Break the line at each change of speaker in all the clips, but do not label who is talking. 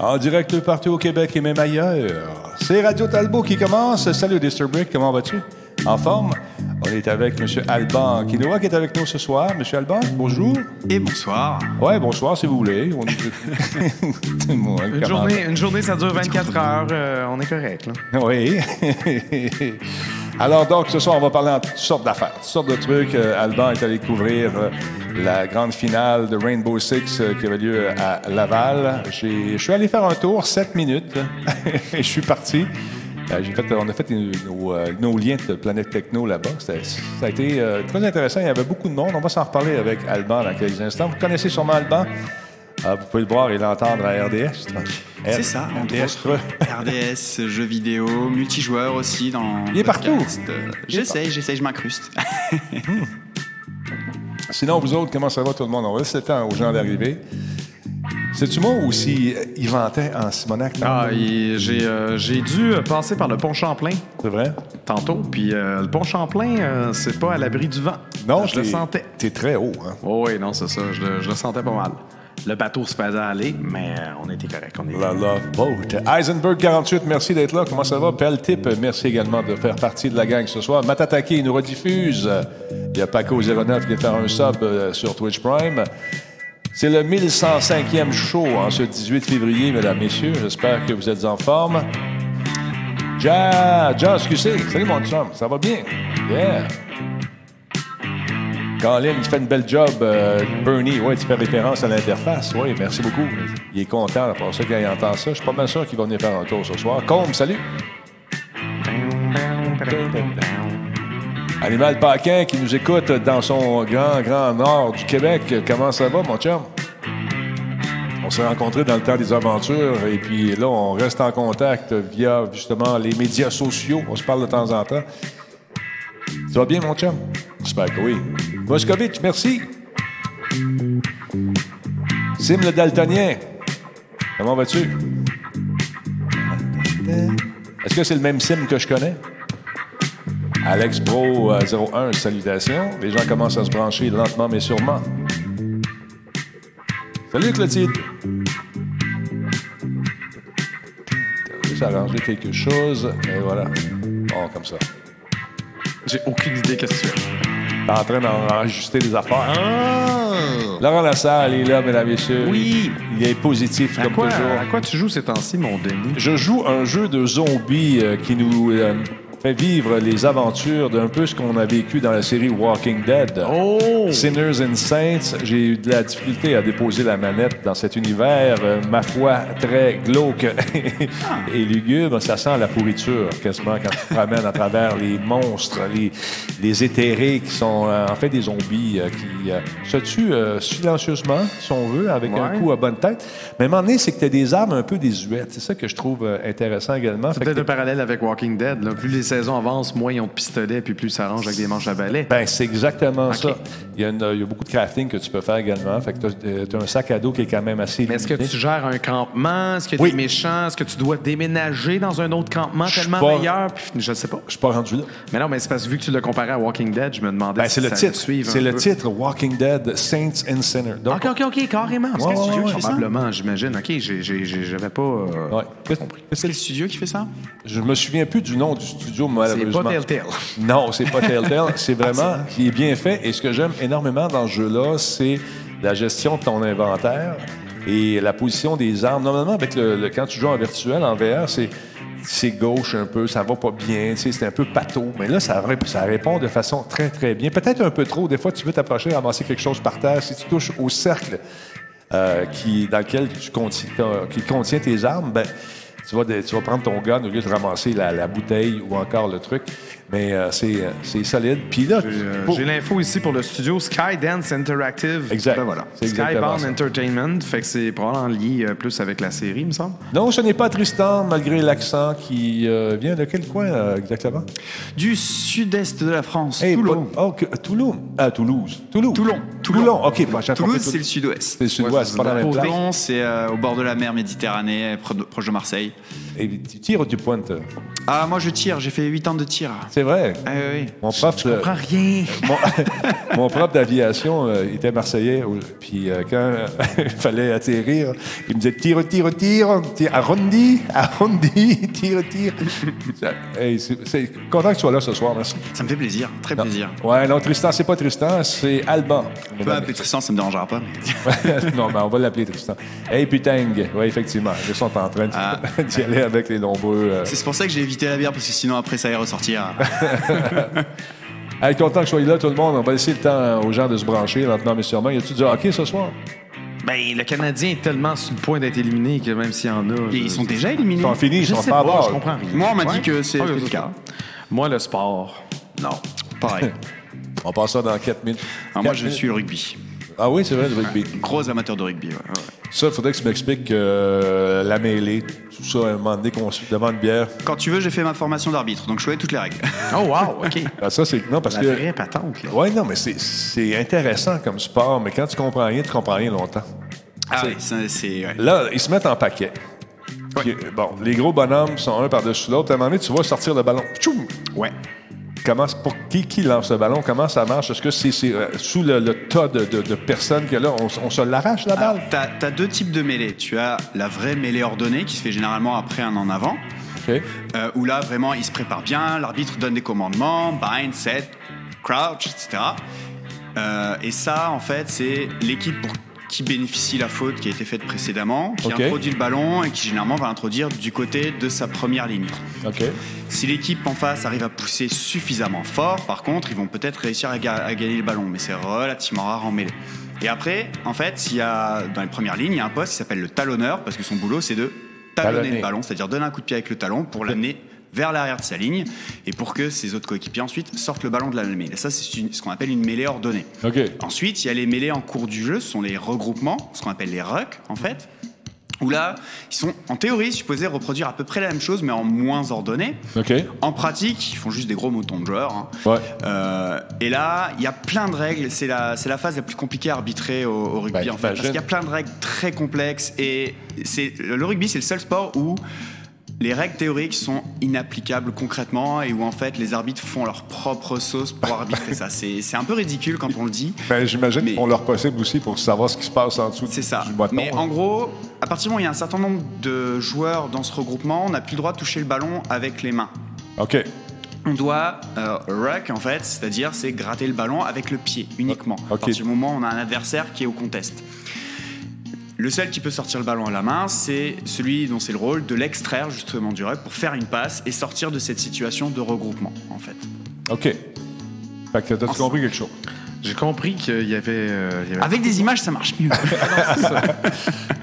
En direct partout au Québec et même ailleurs. C'est Radio Talbot qui commence. Salut Disturbrick, comment vas-tu? En forme? On est avec M. Alban Quinoa qui est avec nous ce soir. M. Alban, bonjour.
Et bonsoir.
Ouais, bonsoir si vous voulez. On...
une, journée, une journée, ça dure 24 heures. Euh, on est correct. Là.
Oui. Alors donc, ce soir, on va parler en toutes sortes d'affaires, toutes sortes de trucs. Euh, Alban est allé couvrir euh, la grande finale de Rainbow Six euh, qui avait lieu à Laval. Je suis allé faire un tour, 7 minutes. Je suis parti. Euh, Fait, on a fait nos, euh, nos, liens de Planète Techno là-bas. Ça a été euh, très intéressant. Il y avait beaucoup de monde. On va s'en reparler avec Alban dans quelques instants. Vous connaissez sûrement Alban. Ah, vous pouvez le voir et l'entendre à RDS.
C'est ça, RDS. RDS, jeux vidéo, multijoueur aussi dans.
Il est partout.
J'essaie, j'essaie, je m'incruste. hmm.
Sinon, vous autres, comment ça va tout le monde? On va laisser le temps aux gens d'arriver. C'est-tu moi ou si il ventait en Simonac?
Ah, j'ai euh, dû passer par le pont Champlain.
C'est vrai?
Tantôt. Puis euh, le pont Champlain, euh, c'est pas à l'abri du vent.
Non,
je le sentais.
T'es très haut. Hein?
Oh, oui, non, c'est ça. Je le, je le sentais pas mal. Le bateau se faisait aller, mais euh, on était correct. On était...
La Love Boat. Heisenberg 48, merci d'être là. Comment ça va? Peltip, merci également de faire partie de la gang ce soir. Matataki nous rediffuse. Il y a Paco09 qui est faire un sub euh, sur Twitch Prime. C'est le 1105e show en hein, ce 18 février, mesdames, messieurs. J'espère que vous êtes en forme. Ja, ja, excusez. Salut, mon chum. Ça va bien? Yeah. Colin, il fait une belle job. Euh, Bernie, ouais, tu fais référence à l'interface. Oui, merci beaucoup. Il est content pour ça qu'il entend ça. Je suis pas mal sûr qu'il va venir faire un tour ce soir. Combe, salut. Animal Paquin qui nous écoute dans son grand, grand nord du Québec. Comment ça va, mon chum? On s'est rencontrés dans le temps des aventures et puis là, on reste en contact via justement les médias sociaux. On se parle de temps en temps. Ça va bien, mon chum? J'espère que oui. Moscovitch, merci. Sim le Daltonien, comment vas-tu? Est-ce que c'est le même Sim que je connais? Alex Bro euh, 01, salutations. Les gens commencent à se brancher lentement mais sûrement. Salut Clotilde! J'ai arrangé quelque chose, et voilà. Bon, comme ça.
J'ai aucune idée qu'est-ce que tu as.
T'es en train d'enregistrer des affaires. Oh. Laurent Lassalle est là, mesdames et messieurs.
Oui.
Il est positif,
à
comme
quoi,
toujours.
À quoi tu joues ces temps-ci, mon Denis?
Je joue un jeu de zombies euh, qui nous euh, fait vivre les aventures d'un peu ce qu'on a vécu dans la série Walking Dead.
Oh!
Sinners and Saints. J'ai eu de la difficulté à déposer la manette dans cet univers, euh, ma foi, très glauque et lugubre. Ça sent la pourriture, quasiment, quand tu te ramènes à travers les monstres, les, les éthérés qui sont euh, en fait des zombies euh, qui se tuent euh, silencieusement, si on veut, avec ouais. un coup à bonne tête. Mais à un moment donné, c'est que tu as des armes un peu désuètes. C'est ça que je trouve euh, intéressant également.
C'est peut-être un parallèle avec Walking Dead. Là. Plus les saison avance, moins ils ont de pistolets, puis plus ils s'arrangent avec des manches à balai.
Ben, c'est exactement okay. ça. Il y, a une, il y, a beaucoup de crafting que tu peux faire également. Fait que tu as, as, un sac à dos qui est quand même assez
Mais est-ce que tu gères un campement? Est-ce que tu es oui. méchant? Est-ce que tu dois déménager dans un autre campement
J'suis
tellement
pas...
meilleur? Puis, je ne sais pas.
Je suis pas rendu là.
Mais non, mais c'est parce que vu que tu l'as comparé à Walking Dead, je me demandais
ben,
si
le
ça
titre.
suivre.
C'est le
peu. Ah,
titre Walking Dead Saints and Sinners.
OK, OK, OK, carrément. C'est ouais,
ouais,
studio
ouais,
qui fait probablement, j'imagine. OK, j'avais pas euh,
ouais.
compris. C'est le studio qui fait ça?
Je me souviens plus du nom du studio, malheureusement.
C'est pas Telltale.
Non, c'est pas Telltale. c'est vraiment qui est bien fait. Et ce que j'aime énormément dans ce jeu-là, c'est la gestion de ton inventaire et la position des armes. Normalement, avec le, le quand tu joues en virtuel, en VR, c'est c'est gauche un peu, ça va pas bien, c'est un peu pâteau. Mais là, ça, ça, répond de façon très, très bien. Peut-être un peu trop. Des fois, tu veux t'approcher, ramasser quelque chose par terre. Si tu touches au cercle euh, qui, dans lequel tu conti, qui contient tes armes, ben, tu vas, de, tu vas, prendre ton gun au lieu de ramasser la, la bouteille ou encore le truc. Mais euh, c'est solide. Puis là,
j'ai euh, l'info ici pour le studio Skydance Interactive.
Exact.
Ben voilà.
Skybound
ça. Entertainment. Fait que c'est probablement lié euh, plus avec la série, il me semble.
Non, ce n'est pas Tristan, malgré l'accent qui euh, vient de quel coin exactement
Du sud-est de la France.
Hey,
Toulon.
Oh, okay. Toulon. Ah, Toulouse. Toulouse.
Toulon.
Toulon. Toulon. OK,
bah, Toulouse, c'est le sud-ouest.
C'est le sud-ouest,
euh,
Toulon, c'est au bord de la mer Méditerranée, proche de Marseille.
Et tu tires ou tu pointes?
Ah, moi, je tire. J'ai fait 8 ans de tir.
C'est vrai.
Ah, oui, oui.
Mon prof,
Je
euh,
comprends rien.
mon, mon prof d'aviation euh, il était marseillais. ou- Puis euh, quand il fallait atterrir, il me disait tire, tire, tire, tire arrondi, arrondi, tire, tire. Ça- hey, c'est c'est- content que tu sois là ce soir, merci.
Ça me fait plaisir,
Ah.
très
Non.
plaisir.
Ouais, non, Tristan, c'est pas Tristan, c'est Alban.
On peut
bah,
appeler Tristan, ça me dérangera pas. mais-
non, mais on va l'appeler Tristan. Hey, putain, oui, effectivement, ils sont en train
Ah.
de- d'y aller avec les nombreux. euh,
C'est pour ça que j'ai évité la bière, parce que sinon après ça allait ressortir.
Hey, content que je sois là, tout le monde. On va laisser le temps aux gens de se brancher lentement, mais sûrement. Y a-tu du hockey ce soir?
Ben, le Canadien est tellement sur le point d'être éliminé que même s'il y en a. je-
Et ils sont déjà éliminés.
Ils sont finis, ils
Je
sont
sais
pas à
pas,
bord.
je comprends Ah, rien.
Moi, on m'a dit que c'est
Ouais,
le
ça.
cas.
Moi, le sport.
Non, pareil.
On passe ça dans 4 minutes.
Ah, moi,
Quatre
je
minutes.
suis le rugby.
Ah oui, c'est vrai, le rugby.
Gros amateur de rugby. ouais, ouais.
Ça, il faudrait que tu m'expliques que euh, la mêlée, tout ça, à un moment donné, qu'on se demande une bière.
Quand tu veux, j'ai fait ma formation d'arbitre, donc je connais toutes les règles.
Oh, wow, OK.
Ah, ça, c'est. Non, parce
La
que.
vraie patente, là.
Oui, non, mais c'est- c'est intéressant comme sport, mais quand tu comprends rien, tu comprends rien longtemps.
Ah oui, ça, c'est. ouais.
Là, ils se mettent en paquet.
Ouais.
Puis, bon, les gros bonhommes sont un par-dessus l'autre. À un moment donné, tu vois sortir le ballon. Tchoum!
Ouais.
Comment, pour qui, qui lance le ballon? Comment ça marche? Est-ce que c'est c'est, euh, sous le, le tas de, de- de personnes que là, on, s- on se l'arrache la balle?
Alors, Ah, T'as t'as deux types de mêlées. Tu as la vraie mêlée ordonnée qui se fait généralement après un en avant,
OK.
euh, où là vraiment il se prépare bien, l'arbitre donne des commandements, bind, set, crouch, etc. Euh, et ça en fait c'est l'équipe pour qui bénéficie la faute qui a été faite précédemment, qui
Ok.
introduit le ballon et qui généralement va l'introduire du côté de sa première ligne.
OK.
Si l'équipe en face arrive à pousser suffisamment fort, par contre, ils vont peut-être réussir à, ga- à gagner le ballon, mais c'est relativement rare en mêlée. Et après, en fait, il y a, dans les premières lignes, il y a un poste qui s'appelle le talonneur, parce que son boulot, c'est de talonner,
Talonner.
le ballon, c'est-à-dire donner un coup de pied avec le talon pour l'amener vers l'arrière de sa ligne, et pour que ses autres coéquipiers ensuite sortent le ballon de la mêlée. Ça, c'est une- ce qu'on appelle une mêlée ordonnée.
OK.
Ensuite, il y a les mêlées en cours du jeu, ce sont les regroupements, ce qu'on appelle les rucks en fait, où là, ils sont en théorie supposés reproduire à peu près la même chose, mais en moins ordonnée.
OK.
En pratique, ils font juste des gros moutons de joueurs. hein.
Ouais.
Euh, et là, il y a plein de règles. C'est la, c'est la phase la plus compliquée à arbitrer au, au rugby,
Ben,
en fait. Parce
j'imagine.
qu'il y a plein de règles très complexes. Et c'est le rugby, c'est le seul sport où les règles théoriques sont inapplicables concrètement et où, en fait, les arbitres font leur propre sauce pour arbitrer ça. C'est c'est un peu ridicule quand on le dit.
Ben, J'imagine
Mais-
qu'on leur possible aussi pour savoir ce qui se passe en dessous
C'est ça.
du bâton.
Mais
hein.
en gros, à partir du moment où il y a un certain nombre de joueurs dans ce regroupement, on n'a plus le droit de toucher le ballon avec les mains.
OK.
On doit euh, ruck en fait, c'est-à-dire c'est gratter le ballon avec le pied uniquement.
Ok.
À partir du moment où on a un adversaire qui est au contest. Le seul qui peut sortir le ballon à la main, c'est celui dont c'est le rôle de l'extraire justement du ruck pour faire une passe et sortir de cette situation de regroupement en fait.
OK. Fait que t'as
Ensemble.
compris quelque chose.
J'ai compris qu'il y avait. euh, il y avait-
Avec des images, ça marche mieux.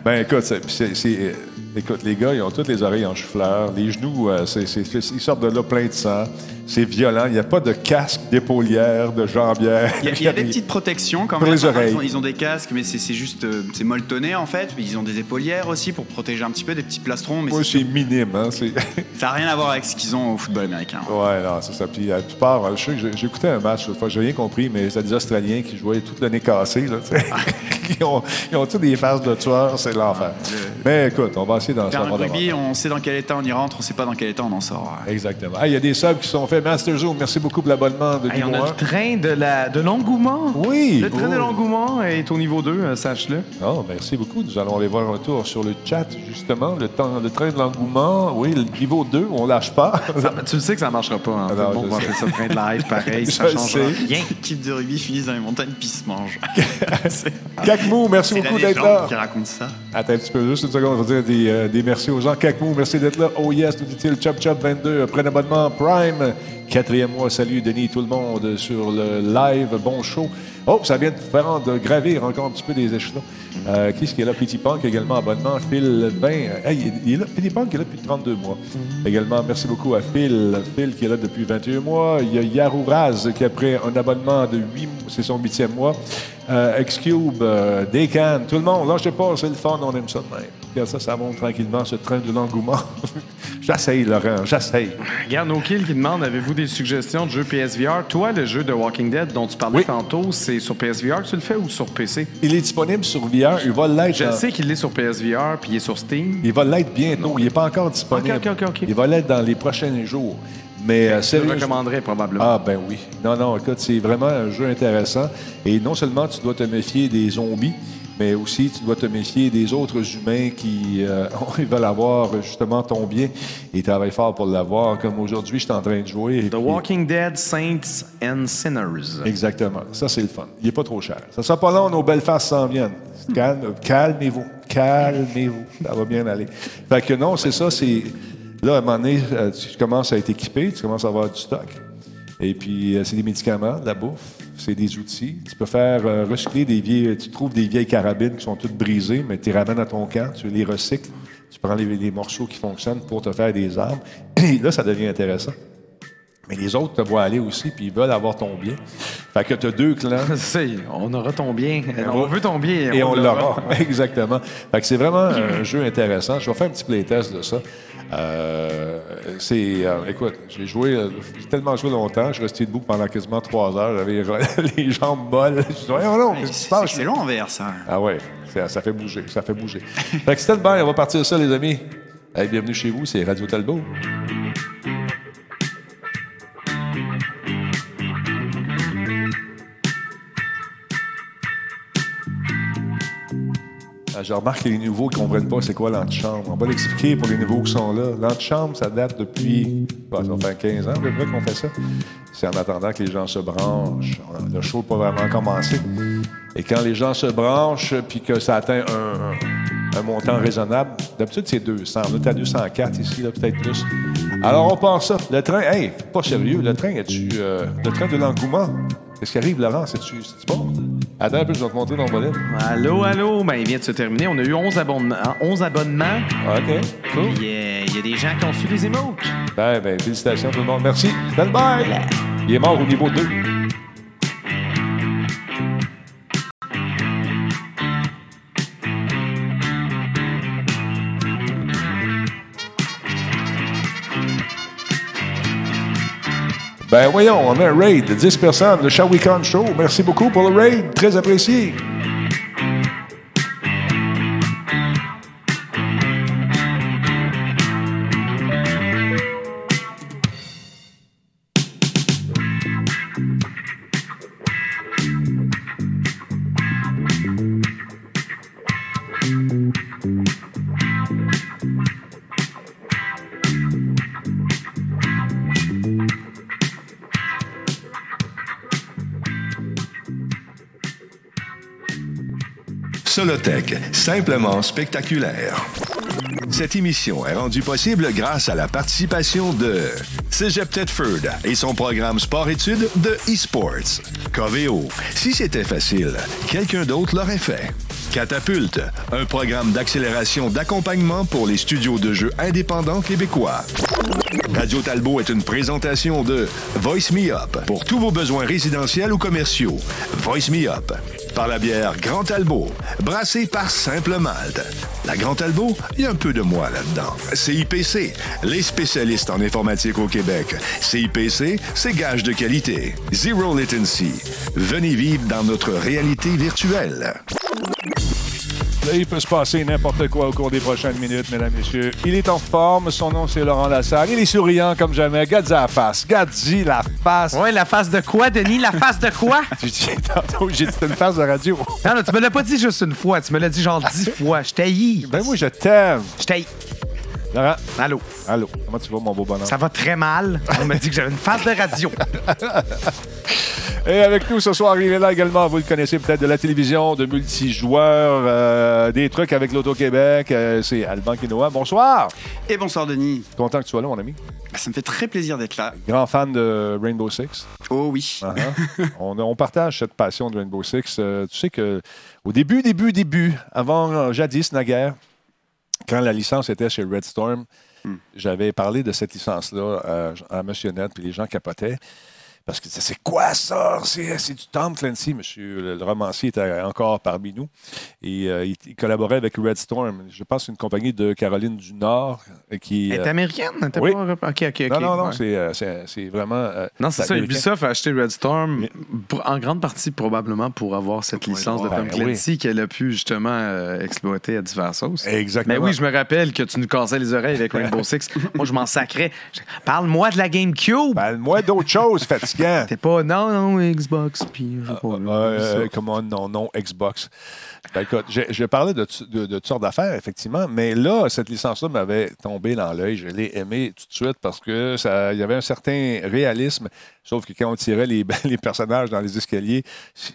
Ben écoute, c'est- c'est- c'est- euh, écoute, les gars, ils ont toutes les oreilles en chou-fleur. Les genoux, euh, c'est- c'est- c'est- ils sortent de là plein de sang. C'est violent. Il n'y a pas de casque, d'épaulière, de jambière.
Il y a, il y a des petites protections quand
Pour
même.
les oreilles.
Ils ont, ils ont des casques, mais c'est c'est juste euh, c'est molletonné en fait. Ils ont des épaulières aussi pour protéger un petit peu des petits plastrons, mais
Moi,
c'est-
c'est minime. Hein? c'est-
ça n'a rien à voir avec ce qu'ils ont au football américain.
ouais, non, c'est ça. Puis la plupart, euh, je sais que j'ai- j'écoutais un match l'autre fois, j'ai rien compris, mais c'était des Australiens qui jouaient tout le nez cassé. Là, tu sais. ils, ont, ils ont tous des faces de tueurs, c'est l'enfer.
Ah,
Mais écoute, on va essayer d'en
Faire un
savoir
rugby,
davantage.
on sait dans quel état on y rentre, on sait pas dans quel état on en sort.
Exactement. Ah, Il y a des subs qui sont faits. Master Zoom, merci beaucoup pour l'abonnement de
Hey, on a
Guillaume.
le train de la- de l'engouement.
Oui.
Le train de
Oh.
l'engouement est au niveau 2, euh, sache-le.
Oh, merci beaucoup. Nous allons aller voir un tour sur le chat, justement. Le, temps, le train de l'engouement, oui, le niveau 2, on lâche pas.
Ça- tu le sais que ça marchera pas. hein.
non,
bon,
je
on va
sais.
appeler ça le train de live, pareil, ça
Je
changera
sais.
rien.
L'équipe de rugby finissent dans les montagnes puis se mangent. c'est
Cacmou, merci
c'est la
beaucoup d'être là.
légende qui raconte ça.
Attends un petit peu, juste une seconde, on va dire des, euh, des merci aux gens. Cacmou, merci d'être là. Oh yes, nous dit-il, Chop Chop 22, euh, prenez abonnement Prime. Quatrième mois, salut Denis, tout le monde sur le live, bon show. Oh, ça vient de faire en- de gravir encore un petit peu des échelons. Euh, qui est-ce qui est là? Petit Punk également, abonnement. Phil 20, hey, il est là, Petit Punk est là depuis 32 mois. Également, merci beaucoup à Phil, Phil qui est là depuis 21 mois. Il y a Yarou Raz qui a pris un abonnement de 8 c'est son huitième mois. Euh, X-Cube, euh, Decan, tout le monde, lâchez pas, c'est le fun, on aime ça de même. Regarde ça, ça monte tranquillement, ce train de l'engouement. j'essaye, Laurent, j'essaye.
Regarde, O'Kill qui demande avez-vous des suggestions de jeux PSVR Toi, le jeu de Walking Dead dont tu parlais
Oui.
tantôt, c'est sur PSVR que tu le fais ou sur PC
Il est disponible sur VR, il va l'être.
Je
en-
sais qu'il est sur PSVR puis Euh. il est sur Steam.
Il va l'être bientôt. Il n'est pas encore disponible.
Ok, ok, ok, ok.
Il va l'être dans les prochains jours. Mais euh,
Je le
sérieusement-
recommanderais probablement.
Ah ben oui. Non, non, écoute, c'est vraiment un jeu intéressant. Et non seulement tu dois te méfier des zombies, mais aussi tu dois te méfier des autres humains qui euh, ils veulent avoir justement ton bien et travaillent fort pour l'avoir. Comme aujourd'hui, je suis en train de jouer. et
The
puis-
Walking Dead Saints and Sinners.
Exactement. Ça, c'est le fun. Il n'est pas trop cher. Ça sera pas long, nos belles faces s'en viennent. Calme- calmez-vous. Calmez-vous. Ça va bien aller. Fait que non, c'est ça. C'est... Là, à un moment donné, euh, tu commences à être équipé, tu commences à avoir du stock. Et puis, euh, c'est des médicaments, de la bouffe, c'est des outils. Tu peux faire euh, recycler des vieilles... Tu trouves des vieilles carabines qui sont toutes brisées, mais tu les ramènes à ton camp, tu les recycles, tu prends les, les morceaux qui fonctionnent pour te faire des armes. Et là, ça devient intéressant. Mais les autres te voient aller aussi, puis ils veulent avoir ton bien. Fait que tu as deux clans.
C'est- on aura ton bien. On veut ton bien.
Et on l'aura. Exactement. Fait que c'est vraiment un jeu intéressant. Je vais faire un petit playtest de ça. Euh, c'est, euh, écoute, j'ai joué, euh, j'ai tellement joué longtemps, je suis resté debout pendant quasiment trois heures, j'avais les jambes molles. Je me suis dit, oh non, qu'est-ce qui se
C'est
passe?
excellent en VR, ça.
Ah ouais, ça, ça fait bouger, ça fait bouger. fait que c'était le bail, on va partir de ça, les amis. Hey, bienvenue chez vous, c'est Radio Talbot. Ah, Je remarque que les nouveaux ne comprennent pas c'est quoi l'antichambre. On va l'expliquer pour les nouveaux qui sont là. L'antichambre, ça date depuis, bah, ça va faire 15 ans à peu près qu'on fait ça. C'est en attendant que les gens se branchent. On- Le show n'a pas vraiment commencé. Et quand les gens se branchent puis que ça atteint un, un- un montant raisonnable, d'habitude c'est 200. Là, tu as 204 ici, là, peut-être plus. Alors on part ça. Le train, hey, pas sérieux, le train, tu le train de l'engouement? Qu'est-ce qui arrive, Laurent? C'est-tu c'est-tu bon? Attends un peu, je vais te montrer ton volet.
Allô, allô. Ben, il vient de se terminer. On a eu 11 abonnements. 11 abonnements.
Ah, OK, cool.
Puis, euh, il y a des gens qui ont su des émotes.
Ben, ben, félicitations tout le monde. Merci. Stand by. Il est mort au niveau 2. Ben voyons, on a un raid de 10 personnes, le Shawicon Show. Merci beaucoup pour le raid, très apprécié.
Solotech, simplement spectaculaire. Cette émission est rendue possible grâce à la participation de Cégep Thetford et son programme sport-études de e-sports. Coveo, si c'était facile, quelqu'un d'autre l'aurait fait. Catapulte, un programme d'accélération d'accompagnement pour les studios de jeux indépendants québécois. Radio Talbot est une présentation de Voice Me Up pour tous vos besoins résidentiels ou commerciaux. Voice Me Up par la bière Grand Talbot, brassée par Simple Malte. La Grand Talbot, il y a un peu de moi là-dedans. CIPC, les spécialistes en informatique au Québec. CIPC, c'est gage de qualité. Zero latency. Venez vivre dans notre réalité virtuelle.
Là, il peut se passer n'importe quoi au cours des prochaines minutes, mesdames, messieurs. Il est en forme. Son nom, c'est Laurent Lassalle. Il est souriant comme jamais. Gadzi la face. Gadzi la face.
Ouais, la face de quoi, Denis? La face de quoi?
Tu dis tantôt, j'ai dit une face de radio.
Non, non, tu me l'as pas dit juste une fois. Tu me l'as dit genre dix fois. Je t'haïs.
Ben moi, je t'aime.
Je t'haïs.
Laurent,
Allô.
allô. Comment tu vas, mon beau bonhomme?
Ça va très mal. On m'a dit que j'avais une face de radio.
Et avec nous ce soir, il est là également. Vous le connaissez peut-être de la télévision, de multijoueurs, euh, des trucs avec l'Auto-Québec. Euh, c'est Alban Quinoa. Bonsoir.
Et bonsoir, Denis.
Content que tu sois là, mon ami.
Bah, Ça me fait très plaisir d'être là.
Grand fan de Rainbow Six.
Oh oui.
Uh-huh. on, on partage cette passion de Rainbow Six. Euh, tu sais que au début, début, début, avant euh, jadis, naguère, quand la licence était chez Red Storm, j'avais parlé de cette licence-là euh, à M. Net, puis les gens capotaient. Parce que c'est quoi ça? C'est c'est du Tom Clancy. Monsieur le, le romancier était encore parmi nous. Et euh, il, il collaborait avec Red Storm. Je pense une compagnie de Caroline du Nord euh, qui.
Elle est
euh,
américaine? T'as
oui.
pas- OK, OK, OK.
non, non, non,
ouais.
c'est, euh, c'est c'est vraiment. euh,
Non, c'est ça.
américain.
Ubisoft a acheté Red Storm
Mais-
pour- en grande partie probablement pour avoir cette
Pour
licence de
avoir,
Tom
ben oui.
Clancy qu'elle a pu justement euh, exploiter à diverses sauces.
Exactement.
Mais Ben oui, je me rappelle que tu nous cassais les oreilles avec Rainbow Six. Moi, je m'en sacrais. Je- Parle-moi de la GameCube.
moi d'autres choses, fatigant.
T'es pas non, non, Xbox, puis je sais pas.
Euh,
là, ça.
euh, comment non, non, Xbox. Ben, écoute, je, je parlais de, tu- de- de toutes sortes d'affaires, effectivement, mais là, cette licence-là m'avait tombé dans l'œil. Je l'ai aimée tout de suite parce que ça, il y avait un certain réalisme, sauf que quand on tirait les, les personnages dans les escaliers,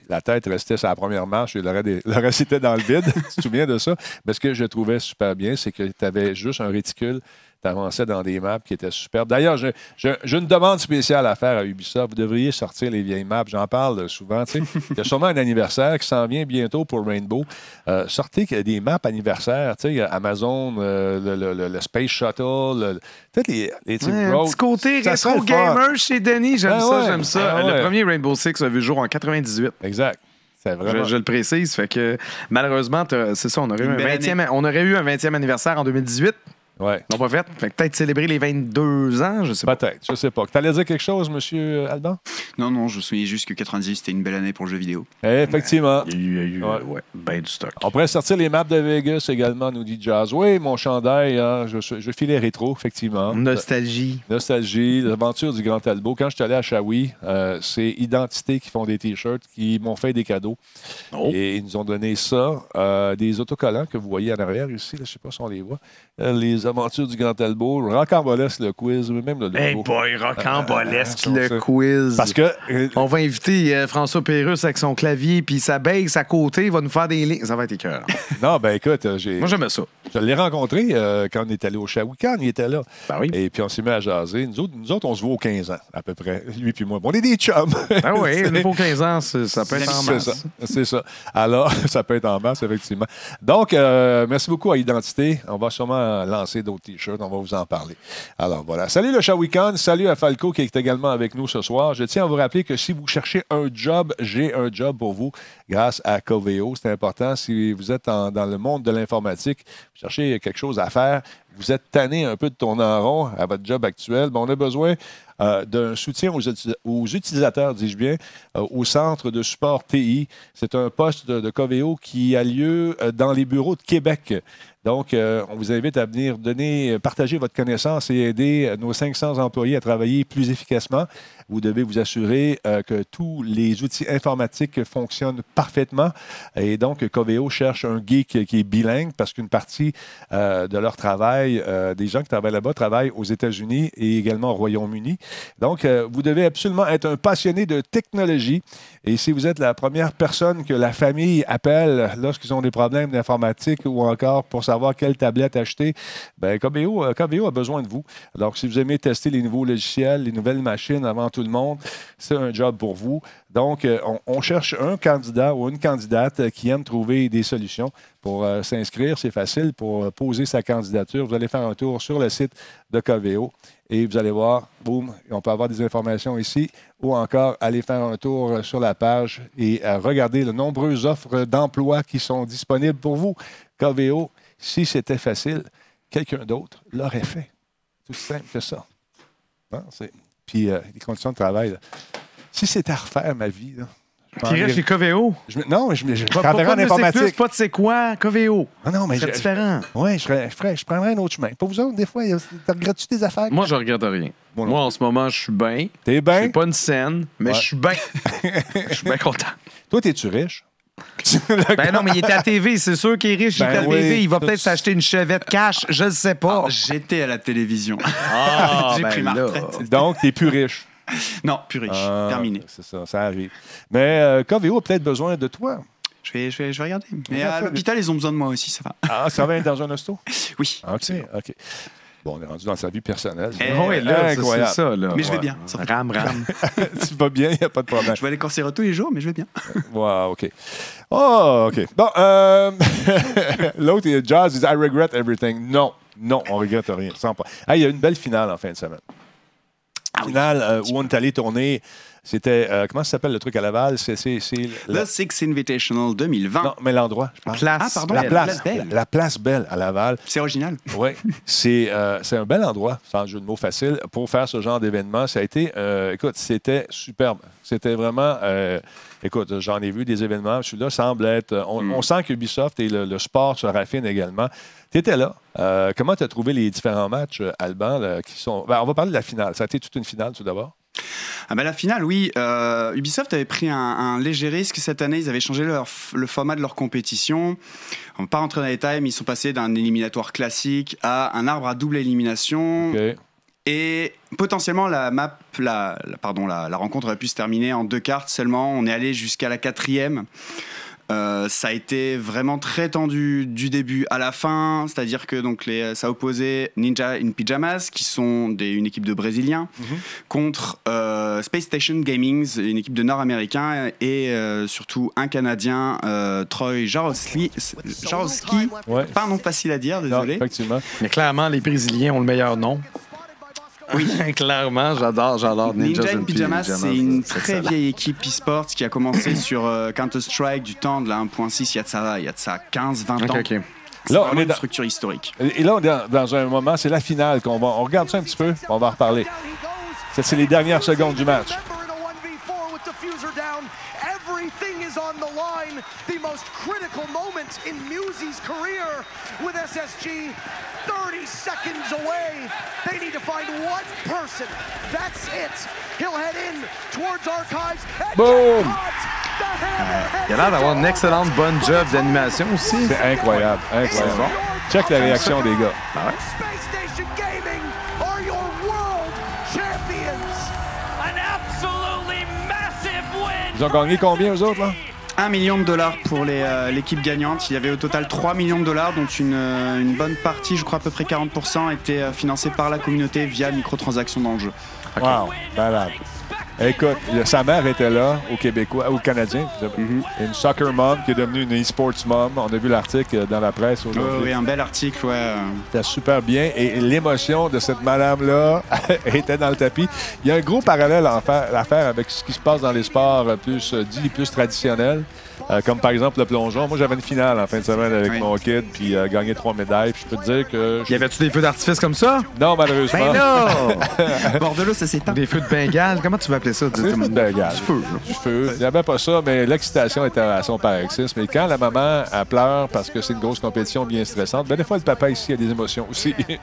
la tête restait sur la première marche et le reste, des- le reste était dans le vide. tu te souviens de ça? Mais ce que je trouvais super bien, c'est que tu avais juste un réticule avançais dans des maps qui étaient superbes. D'ailleurs, je- je- j'ai une demande spéciale à faire à Ubisoft. Vous devriez sortir les vieilles maps. J'en parle souvent. tu sais. Il y a sûrement un anniversaire qui s'en vient bientôt pour Rainbow. Euh, sortez que des maps anniversaires. tu sais, Il y a Amazon, euh, le, le- le- le Space Shuttle, le- peut-être les, les types
Ouais, un
road.
petit côté
Ça serait
rétro
le fun.
gamer chez Denis. J'aime
Ah
ça,
ouais,
j'aime ça.
ah ouais.
Le premier Rainbow Six a vu jour en 98.
Exact. C'est
Je,
vraiment...
je le précise, fait que malheureusement, t'as- c'est ça, on aurait, eu
Une
un
belle
20e, on aurait eu un 20e anniversaire en 2018.
Ouais.
Non, pas fait. Fait que peut-être célébrer les 22 ans, je sais pas.
Peut-être. Je sais pas. Tu allais dire quelque chose, monsieur euh, Alban?
Non, non, je me souviens juste que 90, c'était une belle année pour le jeu vidéo.
Euh,
Effectivement.
Il y a eu, il y a eu,
Ouais.
ouais, ben du stock.
On pourrait sortir les maps de Vegas également, nous dit Jazz. Oui, mon chandail, hein, je, suis- je filais rétro, effectivement.
Nostalgie.
Nostalgie, l'aventure du Grand Talbot. Quand je suis allé à Shawi, euh, c'est Identité qui font des T-shirts, qui m'ont fait des cadeaux.
Oh.
Et ils nous ont donné ça, euh, des autocollants que vous voyez en arrière ici, là, je ne sais pas si on les voit. Euh, les aventures du Grand Talbot, Rocambolesque, le quiz, même le logo.
Hey boy, rocambolesque
Ah, ah, ah,
le
ça.
quiz.
Parce que euh,
On va inviter euh, François Pérus avec son clavier, puis sa baisse à côté, il va nous faire des lignes. Ça va être écœurant.
non, ben écoute, euh, j'ai-
Moi, j'aime ça.
je l'ai rencontré euh, quand on est allé au Shawikan, il était là.
Ben oui.
Et puis on s'est mis à jaser. Nous autres, nous autres, on se voit aux 15 ans, à peu près, lui puis moi. Bon, on est des chums.
Ah oui,
C'est-
il faut 15 ans, c'est- ça peut être en
C'est ça,
masse.
c'est ça. Alors, ça peut être en masse, effectivement. Donc, euh, merci beaucoup à Identité. On va sûrement lancer d'autres t-shirts. On va vous en parler. Alors, voilà. Salut le Shawikan. Salut à Falco qui est également avec nous ce soir. Je tiens à vous rappeler que si vous cherchez un job, j'ai un job pour vous grâce à Coveo. C'est important. Si vous êtes en- dans le monde de l'informatique, vous cherchez quelque chose à faire, vous êtes tanné un peu de tourner en rond à votre job actuel, ben, on a besoin euh, d'un soutien aux, uti- aux utilisateurs, dis-je bien, euh, au centre de support TI. C'est un poste de, de Coveo qui a lieu euh, dans les bureaux de Québec. Donc, euh, on vous invite à venir donner, euh, partager votre connaissance et aider euh, nos 500 employés à travailler plus efficacement. Vous devez vous assurer euh, que tous les outils informatiques fonctionnent parfaitement. Et donc, Coveo cherche un geek qui est bilingue parce qu'une partie euh, de leur travail, euh, des gens qui travaillent là-bas, travaillent aux États-Unis et également au Royaume-Uni. Donc, euh, vous devez absolument être un passionné de technologie. Et si vous êtes la première personne que la famille appelle lorsqu'ils ont des problèmes d'informatique ou encore pour savoir quelle tablette acheter, ben, KBO, euh, KBO a besoin de vous. Alors, si vous aimez tester les nouveaux logiciels, les nouvelles machines avant tout le monde, c'est un job pour vous. Donc, euh, on, on cherche un candidat ou une candidate euh, qui aime trouver des solutions. Pour euh, s'inscrire, c'est facile. Pour euh, poser sa candidature, vous allez faire un tour sur le site de KVO et vous allez voir, boum, on peut avoir des informations ici ou encore aller faire un tour euh, sur la page et euh, regarder les nombreuses offres d'emploi qui sont disponibles pour vous. KVO, si c'était facile, quelqu'un d'autre l'aurait fait. C'est aussi simple que ça. Hein, c'est- Puis euh, les conditions de travail. là. Si c'était à refaire ma vie, là, je m'en
T'irais
irais-
chez Coveo.
je me- non, je, me- je
Pas,
travaillerais
pas
en
de C++,
informatique.
pas de c'est quoi, Coveo.
Ah non, mais
C'est
je,
différent.
ouais, je, serais- je ferais- je prendrais un autre chemin. Pour vous autres, des fois, il y a- regrettes-tu tes affaires?
Moi, je regrette rien.
Bon, non.
Moi, en ce moment, je suis bien.
T'es
J'ai
bien?
pas une scène, mais
Ouais.
je suis bien. Je suis bien content.
Toi, t'es-tu riche?
Ben non, mais il est à TV, c'est sûr qu'il est riche, il est
Ben
à
oui.
TV. Il va peut-être s'acheter une chevette cash, je le sais pas.
J'étais à la télévision.
Ah,
J'ai
ben
pris ma
là.
retraite.
Donc, t'es plus riche.
Non, plus riche.
Ah,
Terminé.
C'est ça, ça arrive. Mais euh, KVO a peut-être besoin de toi.
Je vais, je vais, je vais regarder. Mais
Regarde
à
ça,
l'hôpital, ils ont besoin de moi aussi, ça va.
Ah, ça va être dans un hosto?
Oui.
OK, OK. Bon, on est rendu dans sa vie personnelle.
Eh,
Oui, là, c'est- c'est
Incroyable.
Euh, ça, là.
Mais je vais
Ouais.
bien, ça va.
Ram, ram.
tu vas bien, il n'y a pas de problème.
Je vais aller corser tous les jours, mais je vais bien.
Wow, OK. Oh, OK. Bon, euh, l'autre, il y a Jazz, il dit I regret everything. Non, non, on regrette rien. sans pas. Ah, il y a une belle finale en fin de semaine. Finale euh, où on est allé tourner C'était, euh, comment ça s'appelle le truc à Laval? C'est, c'est, c'est la-
Le Six Invitational 2020.
Non, mais l'endroit, je parle.
Place.
Ah, pardon.
La
Belle.
place,
Belle.
la, la place Belle à Laval.
C'est original.
Oui, c'est euh, c'est un bel endroit, sans jeu de mots facile, pour faire ce genre d'événement. Ça a été, euh, écoute, c'était superbe. C'était vraiment, euh, écoute, j'en ai vu des événements. Celui-là semble être, euh, on, on sent qu'Ubisoft et le, le sport se raffinent également. Tu étais là. Euh, comment tu as trouvé les différents matchs, euh, Alban, là, qui sont. Ben, on va parler de la finale. Ça a été toute une finale, tout d'abord.
Ah ben la finale, oui. Euh, Ubisoft avait pris un, un léger risque cette année. Ils avaient changé leur f- le format de leur compétition. On va pas rentrer dans les détails, mais ils sont passés d'un éliminatoire classique à un arbre à double élimination.
OK.
Et potentiellement, la map, la, la- pardon, la, la rencontre aurait pu se terminer en deux cartes seulement. On est allé jusqu'à la quatrième. Euh, ça a été vraiment très tendu du début à la fin, c'est-à-dire que donc les, euh, ça opposait Ninja in Pyjamas, qui sont des- une équipe de Brésiliens,
Mhm.
contre euh, Space Station Gaming, une équipe de Nord-Américains, et euh, surtout un Canadien, euh, Troy Jarosli, Jarosky.
Ouais.
Pas un nom facile à dire,
Non,
désolé.
effectivement.
Mais clairement, les Brésiliens ont le meilleur nom. Oui, clairement, j'adore, j'adore
Ninja,
Ninjas
in Pyjamas, c'est une très
excellent.
vieille équipe e-sport qui a commencé sur euh, Counter-Strike du temps de la 1.6 il y a de ça, il y a de ça 15, 20
Ok,
ans.
ok.
C'est
Là, on
vraiment
est
une
dans-
structure historique.
Et et là, on est dans- dans un moment, c'est la finale qu'on va. On regarde ça un petit peu, on va en reparler. Ça, c'est les dernières secondes du match.
Everything is on the line. The most critical moment in Musy's career with SSG 30 seconds away. They need to find one person. That's it. He'll head in towards archives. and
Boom.
get caught. The hammerhead
Il a l'air d'avoir une
into
excellente bonne job d'animation aussi.
C'est incroyable, incroyable. Check la réaction des gars.
Ah
Space Station Gaming are your world champions.
An absolutely massive win.
Ils ont gagné combien, eux autres, là?
1 million de dollars pour les, euh, l'équipe gagnante. Il y avait au total 3 millions de dollars, dont une, euh, une bonne partie, je crois à peu près 40%, était euh, financée par la communauté via microtransactions dans le jeu.
Wow, malade. Écoute, le- sa mère était là, au Québécois, au Canadien. Une soccer mom qui est devenue une e-sports mom. On a vu l'article euh, dans la presse
Ouais,
aujourd'hui.
ouais, un bel article, ouais. euh.
C'était super bien. Et l'émotion de cette madame-là était dans le tapis. Il y a un gros parallèle à faire, à faire avec ce qui se passe dans les sports euh, plus euh, dits, plus traditionnels. euh, comme par exemple le plongeon. Moi, j'avais une finale en fin de semaine avec
Oui.
mon kid, puis euh, gagné trois médailles. Puis je peux te dire que. je-
Y avait-tu des feux d'artifice comme ça?
Non,
Ah.
malheureusement.
Ben non!
euh. Bordelot, ça s'éteint.
Des feux de Bengale, comment tu vas appeler ça?
C'est une bagarre. Du feu. Il n'y avait pas ça, mais l'excitation était à son paroxysme. Et quand la maman elle pleure parce que c'est une grosse compétition bien stressante, ben des fois, le papa ici a des émotions aussi. Je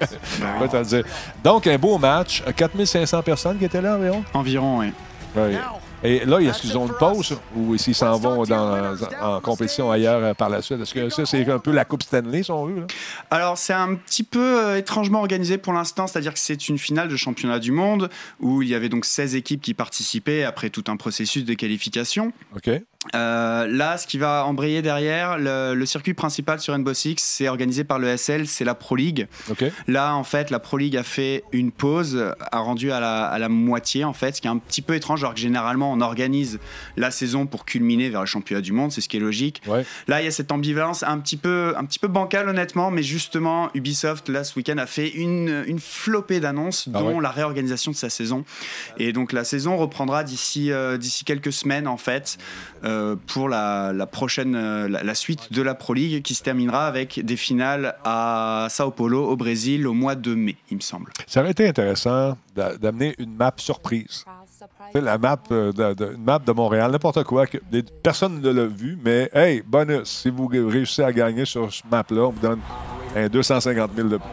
vais te le dire. Donc, un beau match. Euh, 4500 personnes qui étaient là environ.
Environ, oui.
Oui. Et là, est-ce qu'ils ont une pause ou s'ils s'en vont dans, en compétition ailleurs euh, par la suite? Est-ce que ça, c'est un peu la Coupe Stanley, si on veut? là?
Alors, c'est un petit peu euh, étrangement organisé pour l'instant, c'est-à-dire que c'est une finale de championnat du monde où il y avait donc 16 équipes qui participaient après tout un processus de qualification.
OK.
Euh, là, ce qui va embrayer derrière, le, le circuit principal sur Rainbow Six, c'est organisé par le SL, c'est la Pro League.
OK.
Là, en fait, la Pro League a fait une pause, a rendu à la, à la moitié, en fait, ce qui est un petit peu étrange, alors que généralement, on organise la saison pour culminer vers le championnat du monde, c'est ce qui est logique.
Ouais.
Là, il y a cette ambivalence un petit peu, un petit peu bancale, honnêtement, mais justement, Ubisoft, là, ce week-end, a fait une, une flopée d'annonces,
Ah
dont
ouais.
la réorganisation de sa saison. Et donc, la saison reprendra d'ici euh, d'ici quelques semaines, en fait, euh, pour la, la prochaine, euh, la, la suite de la Pro League, qui se terminera avec des finales à Sao Paulo, au Brésil, au mois de mai, il me semble.
Ça aurait été intéressant d'a- d'amener une map surprise. Tu sais, la map, euh, de, de- une map de Montréal, n'importe quoi. que les- personne ne l'a vu, mais hey, bonus, si vous g- réussissez à gagner sur ce map-là, on vous donne un 250 000 de plus.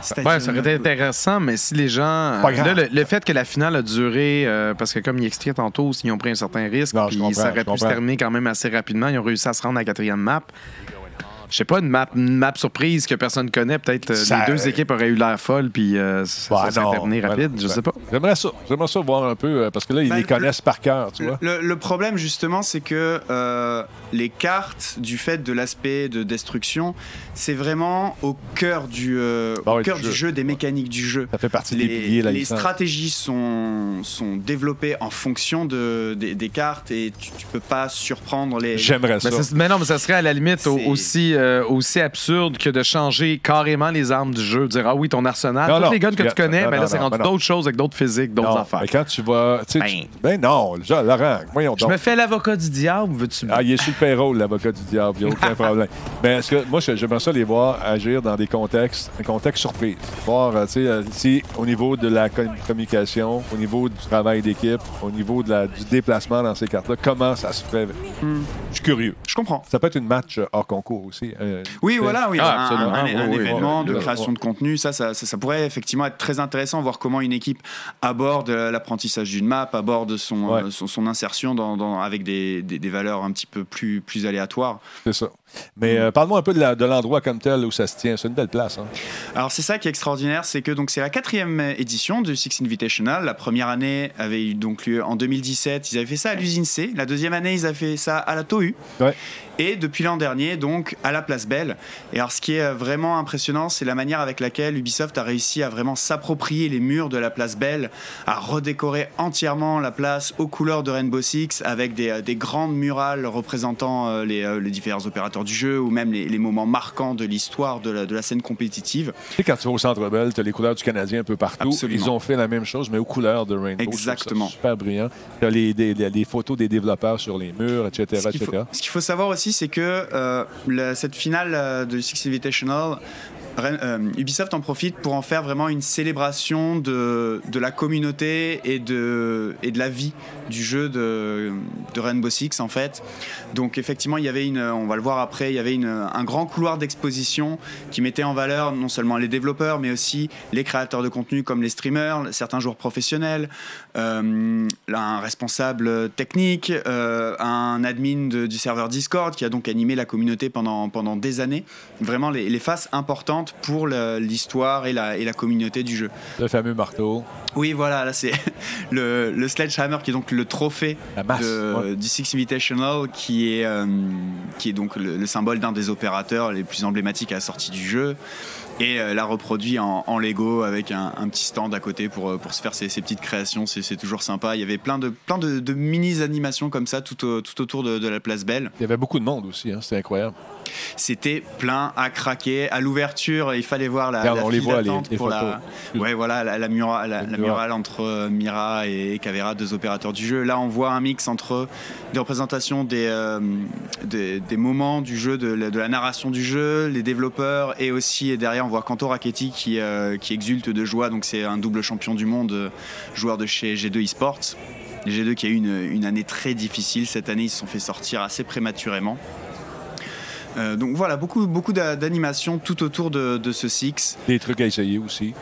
C'est-à-dire-
Ouais, ça aurait été intéressant, mais si les gens.
Pas
euh,
grave.
Là, le, le fait que la finale a duré, euh, parce que comme il expliquait tantôt, ils ont pris un certain risque,
Non, je
puis
comprends,
ça
je
aurait pu se
comprends.
terminer quand même assez rapidement. Ils ont réussi à se rendre à la quatrième map. Je sais pas, une map, une map surprise que personne connaît. Peut-être euh,
Ça-
les deux équipes auraient eu l'air folle, puis euh, ça,
Bah,
ça serait
non,
terminé
bah,
rapide.
non,
je
bah.
sais pas.
J'aimerais ça. J'aimerais ça voir un peu, euh, parce que là, ils
Ben,
les connaissent par cœur,
euh,
tu vois.
Le, le problème justement, c'est que euh, les cartes, du fait de l'aspect de destruction, c'est vraiment au cœur du, euh,
Bah
au
ouais,
cœur
du
du
jeu.
jeu, des mécaniques du jeu.
Ça fait partie des
Les,
piliers, la
les
licence.
stratégies sont, sont développées en fonction de, des, des cartes et tu, tu peux pas surprendre les.
J'aimerais ça.
Mais, ça- mais non, mais ça serait à la limite au-
C'est-
aussi, euh, euh, aussi absurde que de changer carrément les armes du jeu? Dire, ah oui, ton arsenal,
Non,
tous
non,
les guns que
y
tu
a-
connais,
non,
mais
non,
là, c'est
non,
rendu
ben non.
d'autres choses avec d'autres physiques, d'autres
Non,
affaires.
mais quand tu vas. tu sais,
Ben.
tu- Ben non, déjà, Laurent, voyons
Je
donc.
me fais l'avocat du diable, veux-tu?
Ah, il est sur le payroll, l'avocat du diable, il n'y a aucun problème. Mais est-ce que moi, je- j'aimerais ça les voir agir dans des contextes, un contexte surprise. Voir, euh, tu sais, euh, si au niveau de la com- communication, au niveau du travail d'équipe, au niveau de la- du déplacement dans ces cartes-là, comment ça se fait.
Hmm.
Je suis curieux.
Je comprends.
Ça peut être une match euh, hors concours aussi. euh,
Oui,
tu sais.
voilà, oui.
Ah,
un-
absolument.
un, un- un
Oui, oui,
événement
oui,
de
oui.
création de contenu, ça ça, ça- ça pourrait effectivement être très intéressant, voir comment une équipe aborde euh, l'apprentissage d'une map, aborde son,
Ouais.
euh, son, son insertion dans, dans- avec des, des- des valeurs un petit peu plus, plus aléatoires.
C'est ça. Mais euh, parle-moi un peu de la- de l'endroit comme tel où ça se tient. C'est une belle place. hein.
Alors c'est ça qui est extraordinaire, c'est que donc c'est la quatrième édition du Six Invitational. La première année avait eu donc lieu en 2017. Ils avaient fait ça à l'usine C. La deuxième année, ils avaient fait ça à la Tohu.
Ouais.
Et depuis l'an dernier, donc à la Place Belle. Et alors ce qui est vraiment impressionnant, c'est la manière avec laquelle Ubisoft a réussi à vraiment s'approprier les murs de la Place Belle, à redécorer entièrement la place aux couleurs de Rainbow Six avec des, euh, des grandes murales représentant euh, les, euh, les différents opérateurs du jeu ou même les, les moments marquants de l'histoire de la- de la scène compétitive.
Tu sais, quand tu vas au Centre Bell, tu as les couleurs du Canadien un peu partout.
Absolument.
Ils ont fait la même chose, mais aux couleurs de Rainbow.
Exactement.
Je trouve ça Super brillant. Tu as les, des- des- les photos des développeurs sur les murs, etc.
Ce qu'il
etc.
faut, ce qu'il faut savoir aussi, c'est que euh, la- cette finale euh, de Six Invitational, Ren- euh, Ubisoft en profite pour en faire vraiment une célébration de, de la communauté et de, et de la vie du jeu de, de Rainbow Six en fait. Donc effectivement, il y avait une, on va le voir après, il y avait une- un grand couloir d'exposition qui mettait en valeur non seulement les développeurs, mais aussi les créateurs de contenu comme les streamers, certains joueurs professionnels, euh, un responsable technique, euh, un admin de- du serveur Discord qui a donc animé la communauté pendant, pendant des années. Vraiment les, les faces importantes pour le- l'histoire et la, et la communauté du jeu.
Le fameux marteau.
Oui, voilà, là c'est le, le Sledgehammer qui est donc le trophée
La masse,
de- du Six Invitational qui est, euh, qui est donc le, le symbole d'un des opérateurs les plus emblématiques à la sortie du jeu. Et euh, là reproduit en, en Lego avec un, un petit stand à côté pour, euh, pour se faire ses, ses petites créations, c'est c'est toujours sympa. Il y avait plein de, plein de, de mini-animations comme ça tout, au- tout autour de- de la place Belle.
Il y avait beaucoup de monde aussi. Hein. C'était incroyable.
C'était plein à craquer. À l'ouverture, il fallait voir la,
Regarde,
la
on les
file
voit, les-
d'attente
les
pour la.
photos.
Ouais, voilà la, la mura- la-
Les
la
murales.
murale entre euh, Mira et Cavera, deux opérateurs du jeu. Là, on voit un mix entre des représentations des, euh, des, des moments du jeu, de, la- de la narration du jeu, les développeurs et aussi et derrière, on voit Kanto Rackety qui, euh, qui exulte de joie. Donc, c'est un double champion du monde, euh, joueur de chez G2 Esports. Les G2 qui a eu une, une année très difficile. Cette année, ils se sont fait sortir assez prématurément. Euh, donc voilà, beaucoup, beaucoup d'a- d'animations tout autour de, de ce Six.
Des trucs à essayer aussi.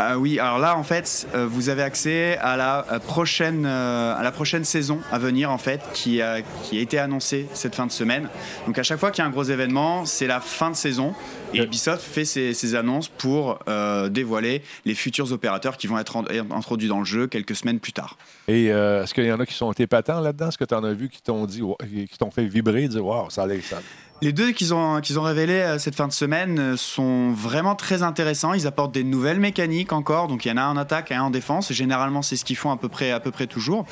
Ah oui, alors là en fait, euh, vous avez accès à la euh, prochaine, euh, à la prochaine saison à venir en fait, qui a, qui a été annoncée cette fin de semaine. Donc à chaque fois qu'il y a un gros événement, c'est la fin de saison. Et
Ouais.
Ubisoft fait ses, ses annonces pour euh, dévoiler les futurs opérateurs qui vont être en- introduits dans le jeu quelques semaines plus tard.
Et euh, est-ce qu'il y en a qui sont épatants là-dedans? Est-ce que tu en as vu qui t'ont dit, wow, qui t'ont fait vibrer, dire, waouh, ça allait, ça allait.
Les deux qu'ils ont, qu'ils ont révélés euh, cette fin de semaine euh, sont vraiment très intéressants. Ils apportent des nouvelles mécaniques encore. Donc il y en a un en attaque et un en défense. Généralement, c'est ce qu'ils font à peu près, à peu près toujours.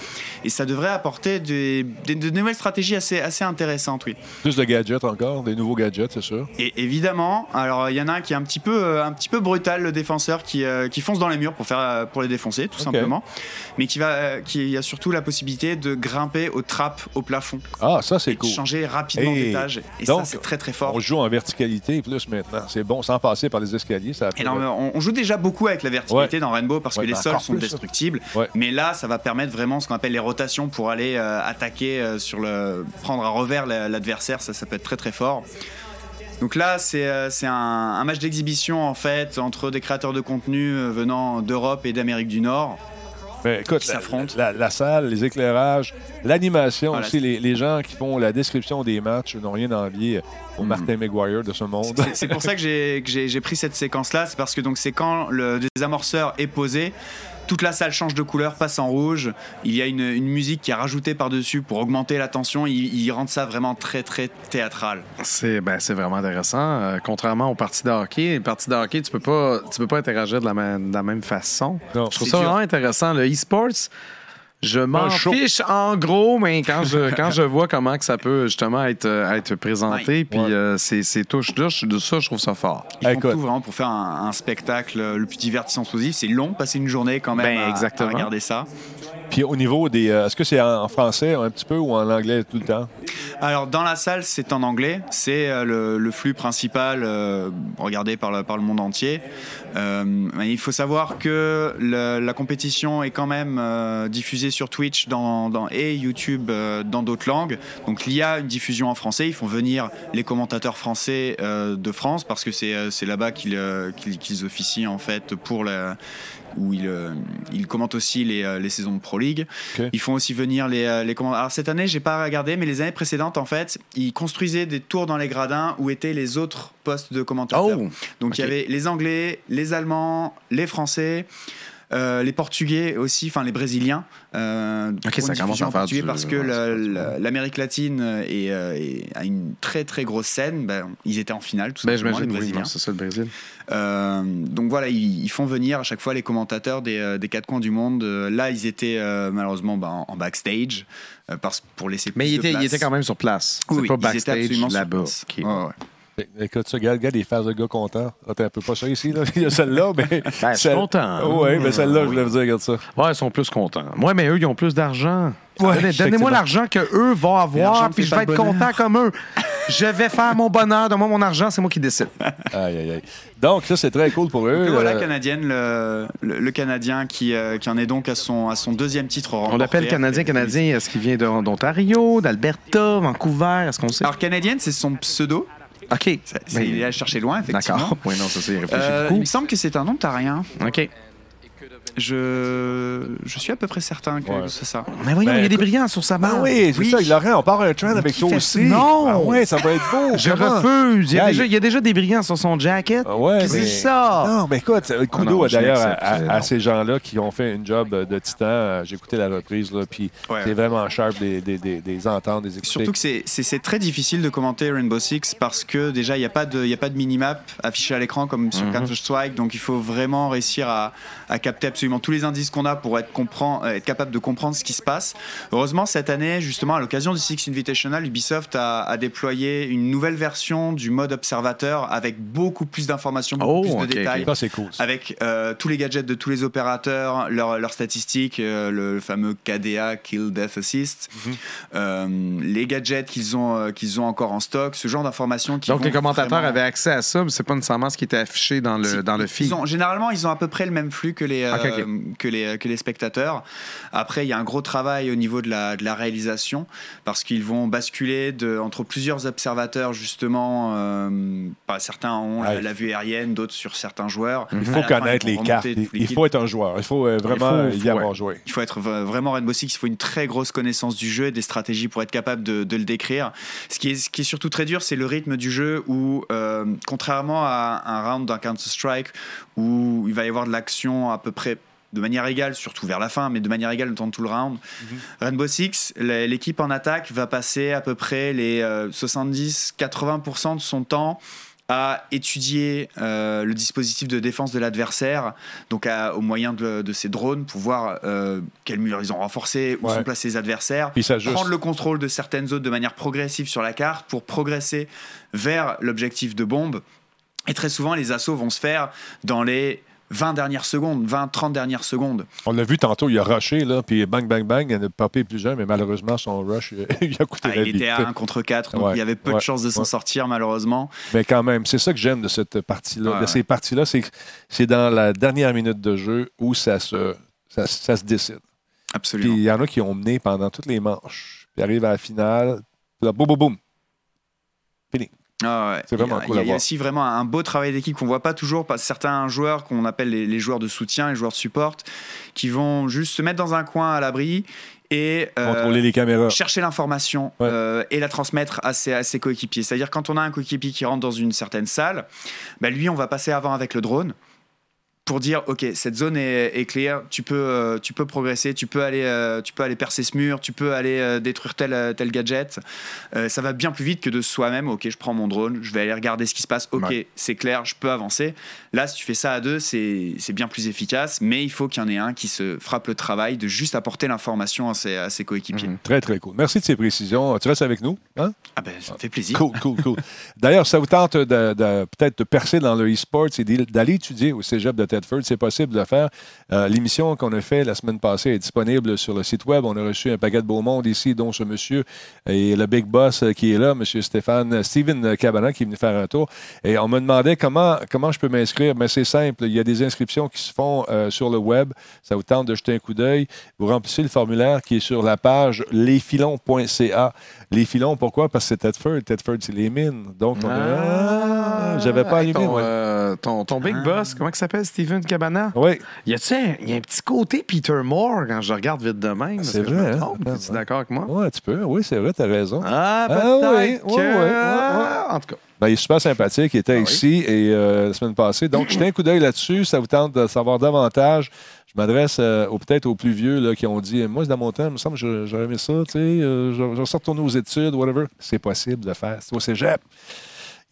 Et ça devrait apporter des, des- de nouvelles stratégies assez, assez intéressantes, oui.
Plus de gadgets encore, des nouveaux gadgets, c'est sûr.
Et évidemment, alors il y en a un qui est un petit peu, euh, un petit peu brutal, le défenseur qui, euh, qui fonce dans les murs pour, faire, euh, pour les défoncer, tout
Ok.
simplement. Mais qui, va, euh, qui a surtout la possibilité de grimper aux trappes au plafond.
Ah, ça, c'est
et de
cool.
changer rapidement
Et
d'étage. Et ça,
donc,
c'est très très fort.
On joue en verticalité plus maintenant. C'est bon, sans passer par les escaliers. Ça
Et là, on, on joue déjà beaucoup avec la verticalité dans Rainbow parce
Ouais,
que les
bah,
sols
encore
sont
plus, ça.
destructibles.
Ouais.
Mais là, ça va permettre vraiment ce qu'on appelle les rotations pour aller euh, attaquer euh, sur le. prendre à revers la- l'adversaire. Ça, ça peut être très très fort. Donc là, c'est euh, c'est un, un match d'exhibition en fait entre des créateurs de contenu euh, venant d'Europe et d'Amérique du Nord.
Mais Ben, écoute,
qui
la,
s'affrontent.
la- la salle, les éclairages, l'animation
Ah,
Voilà,
aussi, les, les gens qui font la description des matchs n'ont rien à envier au
Hmm.
Martin McGuire de ce monde.
C'est- C'est pour ça que j'ai- que j'ai j'ai pris cette séquence-là, c'est parce que donc c'est quand le désamorceur est posé. Toute la salle change de couleur, passe en rouge. Il y a une, une musique qui est rajoutée par-dessus pour augmenter la tension. Il, il rend ça vraiment très, très théâtral.
C'est ben, c'est vraiment intéressant. Euh, contrairement aux parties de hockey, les parties de hockey, tu peux pas, tu peux pas interagir de la, ma- de la même façon.
Non.
Je trouve
C'est
ça
dur.
vraiment intéressant. Le e-sports, Je m'en
show.
fiche en gros, mais quand je, quand je vois comment que ça peut justement être, euh, être présenté, puis
Ouais.
euh, ces, ces touches-là, je- ça, je trouve ça fort.
Ils font
Écoute.
tout vraiment pour faire un, un spectacle le plus divertissant possible. C'est long, passer une journée quand même
Ben,
à-
exactement.
à regarder ça.
Puis au niveau des. euh, Est-ce que c'est en en français un petit peu ou en anglais tout le temps?
Alors, dans la salle, c'est en anglais. C'est euh, le, le flux principal euh, regardé par le, par le monde entier. Euh, mais il faut savoir que le- la compétition est quand même euh, diffusée sur Twitch dans, dans- et YouTube euh, dans d'autres langues. Donc, il y a une diffusion en français. Ils font venir les commentateurs français euh, de France parce que c'est euh, c'est là-bas qu'ils euh, qu'ils- qu'ils officient en fait pour la où ils, euh, ils commentent aussi les, euh, les saisons de Pro League.
Ok.
Ils font aussi venir les, euh, les commandes. Alors cette année, j'ai pas regardé, mais les années précédentes, en fait, ils construisaient des tours dans les gradins où étaient les autres postes de commentateurs.
Oh!
Donc il
ok.
y avait les Anglais, les Allemands, les Français. euh, les Portugais aussi, enfin les Brésiliens. euh, pour
ça
une
commence
diffusion
à
en
faire
portugais
du-
Parce que
ouais,
la-
ça commence à
la- l'Amérique latine est, euh, est- a une très très grosse scène. Ben, ils étaient en finale, tout
Ben,
simplement, les
j'imagine, oui,
Brésiliens.
non, c'est ça le Brésil.
Euh, donc voilà, ils, ils font venir à chaque fois les commentateurs des, euh, des quatre coins du monde. Euh, là, ils étaient euh, malheureusement ben, en, en backstage euh, parce, pour laisser
Mais
plus
il
de
était, il
place.
était quand même sur place.
Oui,
C'est
oui,
pas
ils étaient
backstage
absolument sur
là-bas.
place.
Ok.
Ouais, ouais.
Écoute ça, regarde, regarde les faces de gars contents. Ah, t'es un peu pas ça ici, là. Il y a celle-là, mais.
Ben, je suis content. Ah,
Oui, mais celle-là, je voulais vous dire, regarde ça.
Ouais, ils sont plus contents. Moi, mais eux, ils ont plus d'argent.
Ouais,
Donnez-
effectivement.
Donnez-moi l'argent que eux vont
L'argent
avoir,
ne
puis
fait
je
pas
vais
le
être content comme eux. Je vais faire mon bonheur. Donne-moi mon argent, c'est moi qui décide.
Aïe, aïe, aïe. Donc, ça, c'est très cool pour eux.
Le voilà
Euh,
canadienne, le, le- le canadien qui, euh, qui en est donc à son, à son deuxième titre.
On
remporté.
l'appelle Canadien, Canadien. Est-ce qu'il vient de- d'Ontario, d'Alberta, Vancouver? Est-ce qu'on sait?
Alors canadienne, c'est son pseudo.
Ah, OK.
Ça- c'est-
Mais-
il est allé chercher loin, effectivement.
D'accord. Oui, non, ça, c'est réfléchi
Euh, il me
beaucoup.
semble que c'est un ontarien.
OK.
Je, je suis à peu près certain que
Ouais.
c'est ça.
Mais voyons,
Ben,
il y a des
écoute-
brillants sur sa main.
Ah oui, c'est ça, Laurent, on part un trend avec
qui
toi
fait-
aussi.
Non!
Ah ouais, ça va être beau!
Je
Comment?
refuse. Il y, a
Aïe.
déjà, il y a déjà des brillants sur son jacket.
Ah ouais,
Qu'est-ce que
mais-
c'est ça?
Non, mais écoute, euh,
Ah non,
kudos
je
d'ailleurs à,
l'accepte, c'est
à- à
non.
ces gens-là qui ont fait une job euh, de titan. Euh, J'ai écouté la reprise, là, puis
Ouais.
c'est vraiment sharp des, des, des, des entendre, des écouter.
Surtout que c'est- c'est c'est très difficile de commenter Rainbow Six parce que déjà il n'y a pas de, il y a pas de minimap affiché à l'écran comme
Mhm.
sur Counter-Strike, donc il faut vraiment réussir à, à capter absolument tous les indices qu'on a pour être, comprend- euh, être capable de comprendre ce qui se passe. Heureusement, cette année, justement, à l'occasion du Six Invitational, Ubisoft a, a déployé une nouvelle version du mode observateur avec beaucoup plus d'informations, beaucoup
Oh,
plus de
ok,
détails.
Ça, c'est cool. ça.
Avec euh, tous les gadgets de tous les opérateurs, leurs leurs statistiques, euh, le fameux KDA, Kill Death Assist,
Mhm.
euh, les gadgets qu'ils ont, euh, qu'ils ont encore en stock, ce genre d'informations qui
Donc,
vont
les commentateurs
vraiment-
avaient accès à ça, mais c'est pas nécessairement ce qui était affiché dans le,
Si,
dans le
ils
feed.
ont- généralement, ils ont à peu près le même flux que les, euh,
Ok, ok.
Que les, que les spectateurs. Après, il y a un gros travail au niveau de la, de la réalisation parce qu'ils vont basculer de, entre plusieurs observateurs, justement. euh, pas, certains ont la,
Ouais.
la vue aérienne, d'autres sur certains joueurs.
Mhm.
Il
À
faut
la fin,
connaître
ils
les
vont
cartes.
remonter
Il,
tous les
il
kills.
faut être un joueur. Il faut euh, vraiment
Il faut-
y
faut,
avoir
ouais.
joué.
Il faut être v- vraiment Rainbow Six, il faut une très grosse connaissance du jeu et des stratégies pour être capable de, de le décrire. Ce qui, est, ce qui est surtout très dur, c'est le rythme du jeu où, euh, contrairement à un round d'un Counter-Strike où il va y avoir de l'action à peu près de manière égale, surtout vers la fin, mais de manière égale le temps de tout le round, Rainbow Six, la- l'équipe en attaque va passer à peu près les euh, 70-80% de son temps à étudier euh, le dispositif de défense de l'adversaire, donc à- au moyen de, de ces drones, pour voir euh, quels murs ils ont renforcés, où
Ouais.
sont placés les adversaires,
Puis ça juste.
prendre le contrôle de certaines zones de manière progressive sur la carte pour progresser vers l'objectif de bombe. Et très souvent, les assauts vont se faire dans les 20 dernières secondes, 20-30 dernières secondes.
On l'a vu tantôt, il a rushé, là, puis bang, bang, bang, il en a papé plusieurs, mais malheureusement, son rush, euh, il a coûté
Ah,
la
il
vie.
était à 1 contre 4, donc
Ouais,
il y avait peu
ouais,
de chances de s'en
ouais.
sortir, malheureusement.
Mais quand même, c'est ça que j'aime de cette partie-là,
Ouais,
de
ouais.
ces parties-là, c'est que c'est dans la dernière minute de jeu où ça se, ça, ça se décide. Puis
Absolument.
il y en a qui ont mené pendant toutes les manches. Puis arrivent à la finale, puis là, boum, boum, boum.
Ah ouais.
C'est vraiment
Il y a-
cool à
Il y a
voir.
aussi vraiment un beau travail d'équipe qu'on voit pas toujours par certains joueurs qu'on appelle les, les joueurs de soutien, les joueurs de support, qui vont juste se mettre dans un coin à l'abri et euh,
Contrôler les caméras.
chercher l'information
Ouais.
euh, et la transmettre à ses, à ses coéquipiers. C'est-à-dire quand on a un coéquipier qui rentre dans une certaine salle, bah, lui on va passer avant avec le drone. pour dire ok cette zone est, est clear tu peux euh, tu peux progresser tu peux aller euh, tu peux aller percer ce mur tu peux aller euh, détruire tel euh, tel gadget Euh, ça va bien plus vite que de soi-même ok je prends mon drone je vais aller regarder ce qui se passe ok
Ouais.
c'est clair je peux avancer là si tu fais ça à deux c'est c'est bien plus efficace mais il faut qu'il y en ait un qui se frappe le travail de juste apporter l'information à ses, à ses coéquipiers
Très, très cool. Merci de ces précisions. Tu restes avec nous? Hein?
ah ben ça me fait plaisir
Cool, cool, cool. D'ailleurs, ça vous tente de, de- peut-être de percer dans le e-sport et d'y- d'aller étudier au cégep de Tedford, c'est possible de le faire. Euh, L'émission qu'on a fait la semaine passée est disponible sur le site web. On a reçu un paquet de beau monde ici, dont ce monsieur et le big boss euh, qui est là, monsieur Stéphane, euh, Steven Cabana, qui est venu faire un tour. Et on me demandait comment, comment je peux m'inscrire. Mais c'est simple. Il y a des inscriptions qui se font euh, sur le web. Ça vous tente de jeter un coup d'œil. Vous remplissez le formulaire qui est sur la page lesfilons.ca. Les filons, pourquoi? Parce que c'est Tedford. Tedford, c'est les mines. Donc, on a- Ah, j'avais pas
Hey,
allumé.
Ton,
moi. Ah. Oh.
euh, ton, ton big boss, comment il s'appelle, Steven Cabana?
Oui.
Y a-tu un, y a un petit côté Peter Moore quand je regarde vite de même?
C'est
parce que je me
vrai, hein?
trompe,
Attends,
tu es
ouais.
d'accord avec moi?
Ouais, tu peux. Oui, c'est vrai, tu as raison.
Ah,
Ah,
peut-être
oui, oui,
que-
oui, oui,
En tout cas.
Ben, il est super sympathique. Il était
Ah oui.
ici et, euh, la semaine passée. Donc, jetez un coup d'œil là-dessus. Ça vous tente de savoir davantage. Je m'adresse euh, aux- peut-être aux plus vieux là, qui ont dit Moi, c'est dans mon temps, il me semble que je- j'aurais aimé ça. Tu sais, euh, je, je suis retourné aux études, whatever. C'est possible de faire. C'est au cégep.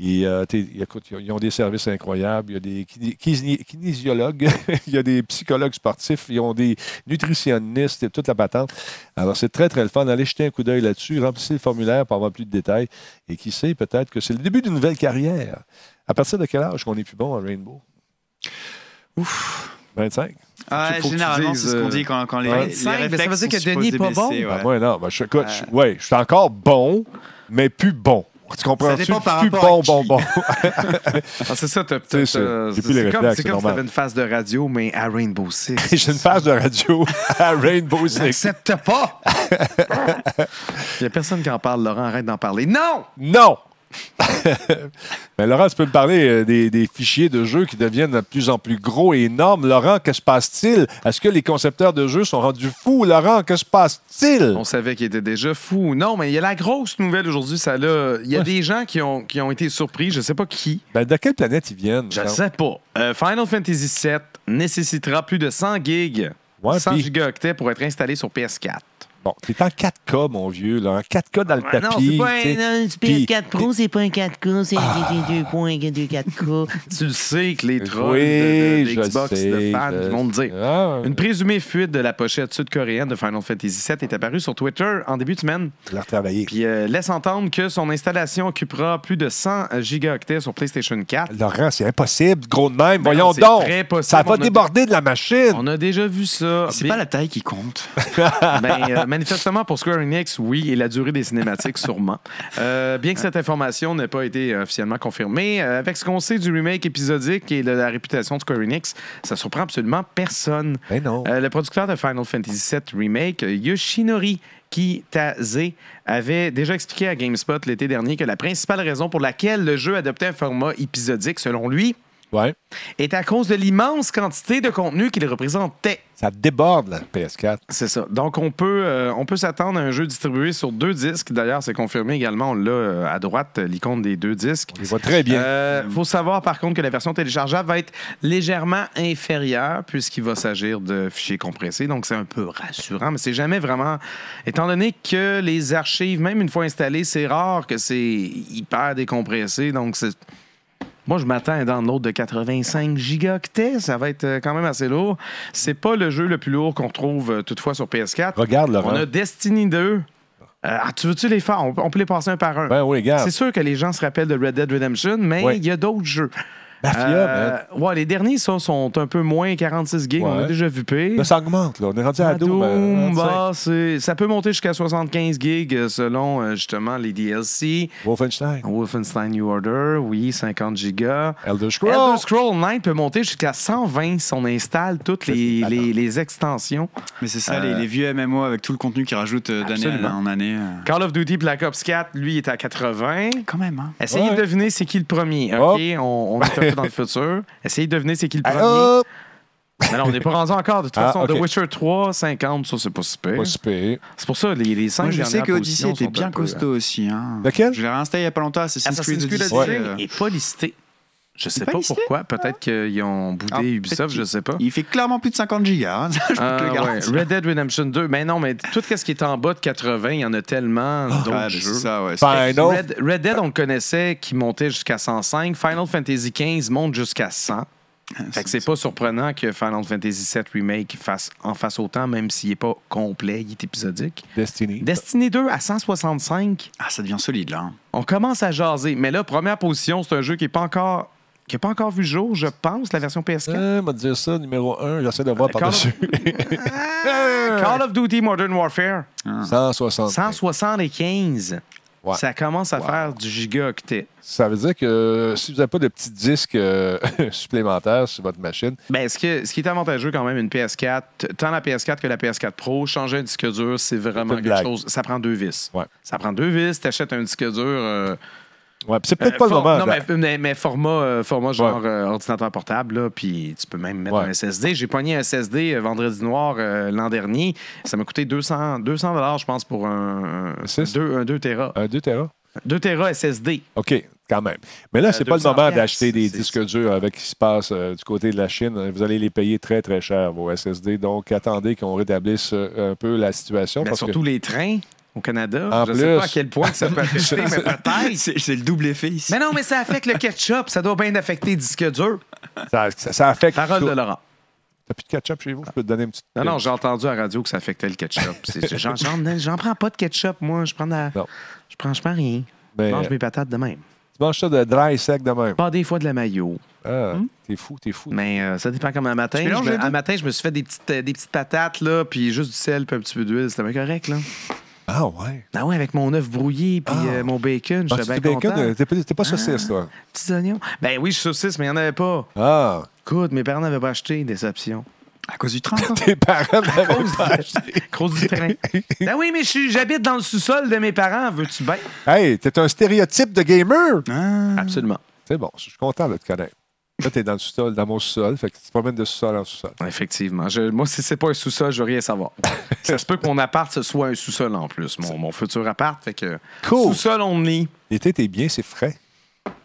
Et, euh, t'es- écoute, ils ont- ils ont des services incroyables. Il y a des kiné- kiné- kinésiologues, il y a des psychologues sportifs, ils ont des nutritionnistes et toute la patente. Alors, c'est très, très le fun. Allez jeter un coup d'œil là-dessus, remplissez le formulaire pour avoir plus de détails. Et qui sait, peut-être que c'est le début d'une nouvelle carrière. À partir de quel âge qu'on est plus bon à Rainbow? Ouf! 25?
Ah,
Faut que tu
généralement
dises,
c'est ce qu'on
euh, Bah,
dit quand, quand les,
ouais.
les
25, mais ça
réflexes
veut dire
sont
que
supposés
Denis est pas
baisser,
bon.
ouais.
Ah, moi, non. Ben, je, écoute, je- ouais, je suis encore bon, mais plus bon. Tu comprends-tu?
Euh. dépend par
plus
rapport
bon, bon,
à qui.
bon.
Ah, c'est ça, t'as
C'est
peut-être.
ça.
euh,
J'ai
C'est
plus les
c'est comme,
réflexes,
c'est
c'est
comme si
normal.
t'avais une face de radio, mais à Rainbow Six.
J'ai une phase de radio à Rainbow Six.
Accepte pas! Il y a personne qui en parle, Laurent, arrête d'en parler. Non!
Non! Mais Laurent, tu peux me parler euh, des, des fichiers de jeux qui deviennent de plus en plus gros et énormes. Laurent, que se passe-t-il? Est-ce que les concepteurs de jeux sont rendus fous? Laurent, que se passe-t-il?
On savait qu'il était déjà fou. Non, mais il y a la grosse nouvelle aujourd'hui, ça là. Il y a des gens qui ont, qui ont été surpris, je sais pas qui.
Ben, de quelle planète ils viennent?
Je
Jean?
sais pas. Euh, Final Fantasy VII nécessitera plus de 100 gigs,
Ouais,
100
puis-
gigaoctets pour être installé sur PS4.
Bon, t'es en 4K, mon vieux, là. En 4K dans le
Ah, non,
tapis.
c'est pas
tu
un-
sais.
Non, du
Puis- Ah.
PS4 Pro, c'est pas un 4K, c'est un 2.4K.
Tu le sais que les trolls
Oui,
de, de-
je
d'Xbox,
sais,
de fans,
je
ils vont me dire.
Ah,
Une présumée fuite de la pochette sud-coréenne de Final Fantasy VII est apparue sur Twitter en début de semaine.
la retravailler.
Puis euh, laisse entendre que son installation occupera plus de 100 gigaoctets sur PlayStation 4.
Laurent, c'est impossible, gros de même.
Mais
Voyons
Ben non, c'est
donc.
très possible.
Ça va
On a-
déborder de la machine.
On a déjà vu ça.
C'est pas la taille qui compte.
Ben, euh, manifestement, pour Square Enix, oui, et la durée des cinématiques, sûrement. Euh, bien que cette information n'ait pas été euh, officiellement confirmée, euh, avec ce qu'on sait du remake épisodique et de la réputation de Square Enix, ça surprend absolument personne.
Ben non.
Euh, le producteur de Final Fantasy VII Remake, euh, Yoshinori Kitase, avait déjà expliqué à GameSpot l'été dernier que la principale raison pour laquelle le jeu adoptait un format épisodique, selon lui,
Ouais.
est à cause de l'immense quantité de contenu qu'il représentait.
Ça déborde, la PS4.
C'est ça. Donc, on peut, euh, on peut s'attendre à un jeu distribué sur deux disques. D'ailleurs, c'est confirmé également. On l'a euh, à droite, euh, l'icône des deux disques.
Il va très bien.
Euh, faut savoir par contre que la version téléchargeable va être légèrement inférieure puisqu'il va s'agir de fichiers compressés, donc c'est un peu rassurant, mais c'est jamais vraiment. Étant donné que les archives, même une fois installées, c'est rare que c'est hyper décompressé, donc c'est. Moi, je m'attends à un download de 85 gigaoctets. Ça va être euh, quand même assez lourd. C'est pas le jeu le plus lourd qu'on trouve euh, toutefois sur PS4.
Regarde, Laurent.
On a Destiny 2. Euh, ah, tu veux-tu les faire? On, peut- on peut les passer un par un.
Ben oui, regarde.
C'est sûr que les gens se rappellent de Red Dead Redemption, mais il
Ouais.
y a d'autres jeux.
Mafia,
Euh,
man.
ouais, les derniers, ça, sont un peu moins 46 gigs. On
Ouais.
a déjà vu pire.
Là, ça augmente, là. On est rendu à
Doom,
12. ben, 25.
bah, c'est- ça peut monter jusqu'à 75 gigs euh, selon euh, justement les DLC.
Wolfenstein.
Wolfenstein New Order, oui, 50 gigas.
Elder Scrolls.
Elder Scroll Knight peut monter jusqu'à 120 si on installe toutes les, les- les extensions.
Mais c'est ça, les, les vieux MMO avec tout le contenu qu'ils rajoutent euh, d'année
Euh, Absolument.
en année. euh.
Call of Duty Black Ops 4, lui, est à 80.
Quand même, hein.
Essayez
Ouais.
de deviner c'est qui le premier. OK, on, on est un peu dans le futur. Essayez de deviner c'est qui le premier.
Ah, hop!
Mais non, on n'est pas rendu encore. De toute
Ah,
façon,
ok.
The Witcher 3, 50, ça, c'est pas si pire.
Pas si pire.
C'est pour ça, les, les 5
Moi, je sais que Odyssey était bien costaud aussi. Hein.
Lequel?
Je l'ai réinstallé il y a pas longtemps, Assassin's
euh, Assassin's
Creed
Creed
Odyssey.
Odyssey
euh,
est pas listé. Je sais
pas
pas
listé?
pourquoi. Peut-être qu'ils ont boudé
Ah, peut-être
Ubisoft,
qu'il-
je sais pas.
Il fait clairement plus de 50 gigas. hein, ça, je peux te
Ah,
le
ouais.
garantir.
Red Dead Redemption 2. Mais non, mais tout ce qui est en bas de 80, il y en a tellement
Ouais,
d'autres
ben, c'est
jeux.
ça, ouais.
Final.
Red, Red Dead, on le connaissait, qui montait jusqu'à 105. Final Fantasy XV monte jusqu'à 100. Fait que c'est pas surprenant que Final Fantasy VII Remake fasse, en fasse autant, même s'il n'est pas complet, il est épisodique.
Destiny.
Destiny 2 à 165,
Ah, ça devient solide, là. hein.
on commence à jaser. Mais là, première position, c'est un jeu qui n'est pas encore... Qui n'a pas encore vu le jour, je pense, la version PS4.
Euh, m'a dire ça, numéro 1, j'essaie de voir
Euh, Call
par-dessus.
Call of Duty Modern Warfare,
160.
175.
Ouais.
Ça commence à faire du gigaoctet.
Ça veut dire que euh, si vous n'avez pas de petit disque euh, supplémentaire sur votre machine,
Ben, ce, que- ce qui est avantageux quand même, une PS4, t- tant la PS4 que la PS4 Pro, changer un disque dur, c'est vraiment
C'est une
quelque
blague.
chose. Ça prend deux vis.
Ouais.
Ça prend deux vis, t'achètes un disque dur. euh,
ouais, puis c'est peut-être
euh,
pas le
for-
moment.
Non,
là.
mais, mais- mais format, euh, format genre euh, ordinateur portable, là, puis tu peux même mettre
Ouais.
un SSD. J'ai pogné un SSD euh, vendredi noir euh, l'an dernier. Ça m'a coûté 200, 200 je pense, pour un, un,
Six?
deux- un 2 Tera.
Un 2 Tera?
2 Tera SSD.
OK, quand même. Mais là, c'est pas le
200
moment
Euh, piastres,
d'acheter des
c'est-
disques durs avec ce qui se passe euh, du côté de la Chine. Vous allez les payer très, très cher, vos SSD. Donc, attendez qu'on rétablisse euh, un peu la situation.
Ben,
parce que
surtout les trains au Canada.
En
je sais pas à
plus.
quel point que ça peut affecter, mais peut-être.
C'est c'est le double effet ici.
Mais non, mais ça affecte le ketchup. Ça doit bien affecter le disque dur.
ça, ça, ça affecte.
Parole
tout.
de Laurent.
T'as plus de ketchup chez vous? Je peux te donner une petite.
Non, non, j'ai entendu à la radio que ça affectait le ketchup. C'est- J'en, j'en- j'en prends pas de ketchup, moi. Je prends, de la-
Non.
je prends, je prends rien.
Mais,
Je mange
euh,
mes patates de même.
Tu manges ça de dry sec de même.
Pas des fois de la mayo,
Ah, T'es fou, t'es fou.
Hmm? mais euh, ça dépend comme un matin.
Tu mélanges
Je me-
les deux?
un matin, je me suis fait des petites, euh, des petites patates, là, puis juste du sel, puis un petit peu d'huile. C'était bien correct, là.
Ah, ouais.
Ah ouais, avec mon œuf brouillé, puis
Ah.
euh, mon bacon,
Ah,
j'étais
tu t'es
bien
bacon,
content. Ah.
euh, T'es pas, t'es pas saucisse, toi.
Petits oignons. Ben oui, je suis saucisse, mais il n'y en avait pas.
Ah,
Écoute, mes parents n'avaient pas acheté, déception.
À cause du train, quoi. Eh,
tes parents n'avaient pas acheté.
Cause du terrain. Ben oui, mais je suis- j'habite dans le sous-sol de mes parents, veux-tu bien?
Hey, t'es un stéréotype de gamer!
Hein?
Ah.
Absolument.
C'est bon, je suis content de te connaître. Là, t'es dans le sous-sol, dans mon sous-sol, fait que tu te promènes de sous-sol en sous-sol.
Effectivement. Je- moi, si c'est pas un sous-sol, je veux rien savoir. Ça se peut que mon appart, ce soit un sous-sol en plus. Mon, mon futur appart, fait que.
Cool.
Sous-sol, on lit.
L'été, t'es bien, c'est frais.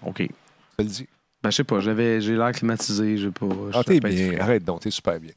OK.
Je te le dis.
Ben, je sais pas, j'avais, j'ai l'air climatisé, j'ai pas. je
Ah,
sais
t'es
pas être
bien.
frais.
Arrête donc, t'es super bien.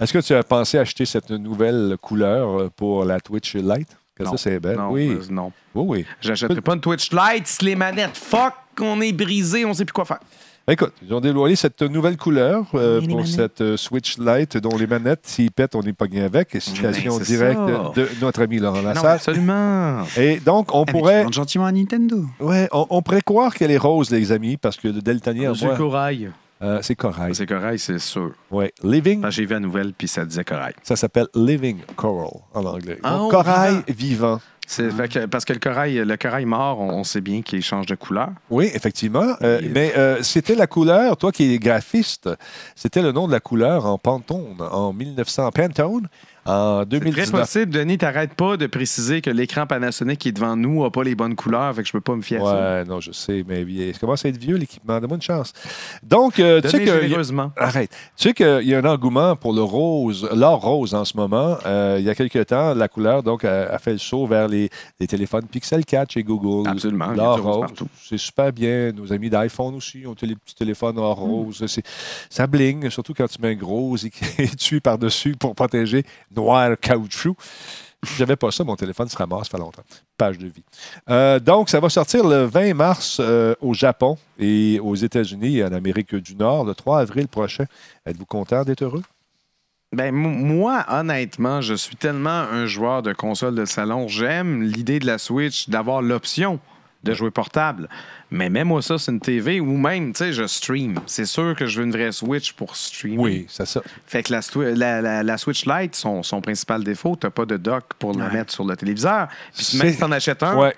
Est-ce que tu as pensé acheter cette nouvelle couleur euh, pour la Twitch Lite? Que
Non.
ça, c'est belle.
Non,
oui.
euh, non.
oui, oui.
J'achèterai pas une Twitch Lite, si les manettes, fuck, on est brisé, on sait plus quoi faire.
Écoute, ils ont dévoilé cette nouvelle couleur euh,
Et les
pour
manettes.
cette euh, Switch Lite dont les manettes, s'ils pètent, on est pogné avec. Et citation
Ben, c'est
directe
ça.
de notre ami Laurent
Ah Non,
Lassalle.
absolument.
Et donc, on
Eh, mais tu
pourrait,
demandes gentiment à Nintendo.
ouais, on, on pourrait croire qu'elle est rose, les amis, parce que le Deltanier,
Monsieur Corail.
euh, c'est corail.
C'est Corail, Ah, c'est Ah, sûr.
Ouais. Living
Quand j'ai vu la nouvelle, puis ça disait Corail.
Ça s'appelle Living Coral en anglais.
Ah,
Donc,
oh,
corail vivant.
C'est fait que- parce que le corail, le corail mort, on, on sait bien qu'il change de couleur.
Oui, effectivement. Euh,
Il est-
mais euh, c'était la couleur, toi qui es graphiste, c'était le nom de la couleur en Pantone, en 1900, Pantone, en
C'est très
2019.
possible, Denis, t'arrêtes pas de préciser que l'écran Panasonic qui est devant nous n'a pas les bonnes couleurs, fait que je peux pas me fier à ça.
Ouais, non, je sais, mais il il commence à être vieux, l'équipement. Donne-moi une chance. Donc, euh, tu sais
Donnez
que.
généreusement.
Arrête. Tu sais qu'il y a un engouement pour le rose, l'or rose en ce moment. Euh, il y a quelques temps, la couleur donc, a, a fait le saut vers les, les téléphones Pixel 4 chez Google.
Absolument, il y a
L'or
du rose
rose,
partout.
c'est super bien. Nos amis d'iPhone aussi ont les petits téléphones or
Hmm.
rose. C'est- Ça bling, surtout quand tu mets un gros étui par-dessus pour protéger noir caoutchouc. Si j'avais pas ça, mon téléphone se ramasse, ça fait longtemps. Page de vie. Euh, donc, ça va sortir le 20 mars euh, au Japon et aux États-Unis et en Amérique du Nord, le 3 avril prochain. Êtes-vous content d'être heureux?
Ben, m- moi, honnêtement, je suis tellement un joueur de console de salon. J'aime l'idée de la Switch, d'avoir l'option de jouer portable. Mais même moi, ça, c'est une TV ou même, tu sais, je stream. C'est sûr que je veux une vraie Switch pour streamer.
c'est ça.
Fait que la, Swi- la- la- la Switch Lite, son, son principal défaut, t'as pas de dock pour le mettre sur le téléviseur. Puis même
C'est-
si t'en achètes un,
Ouais,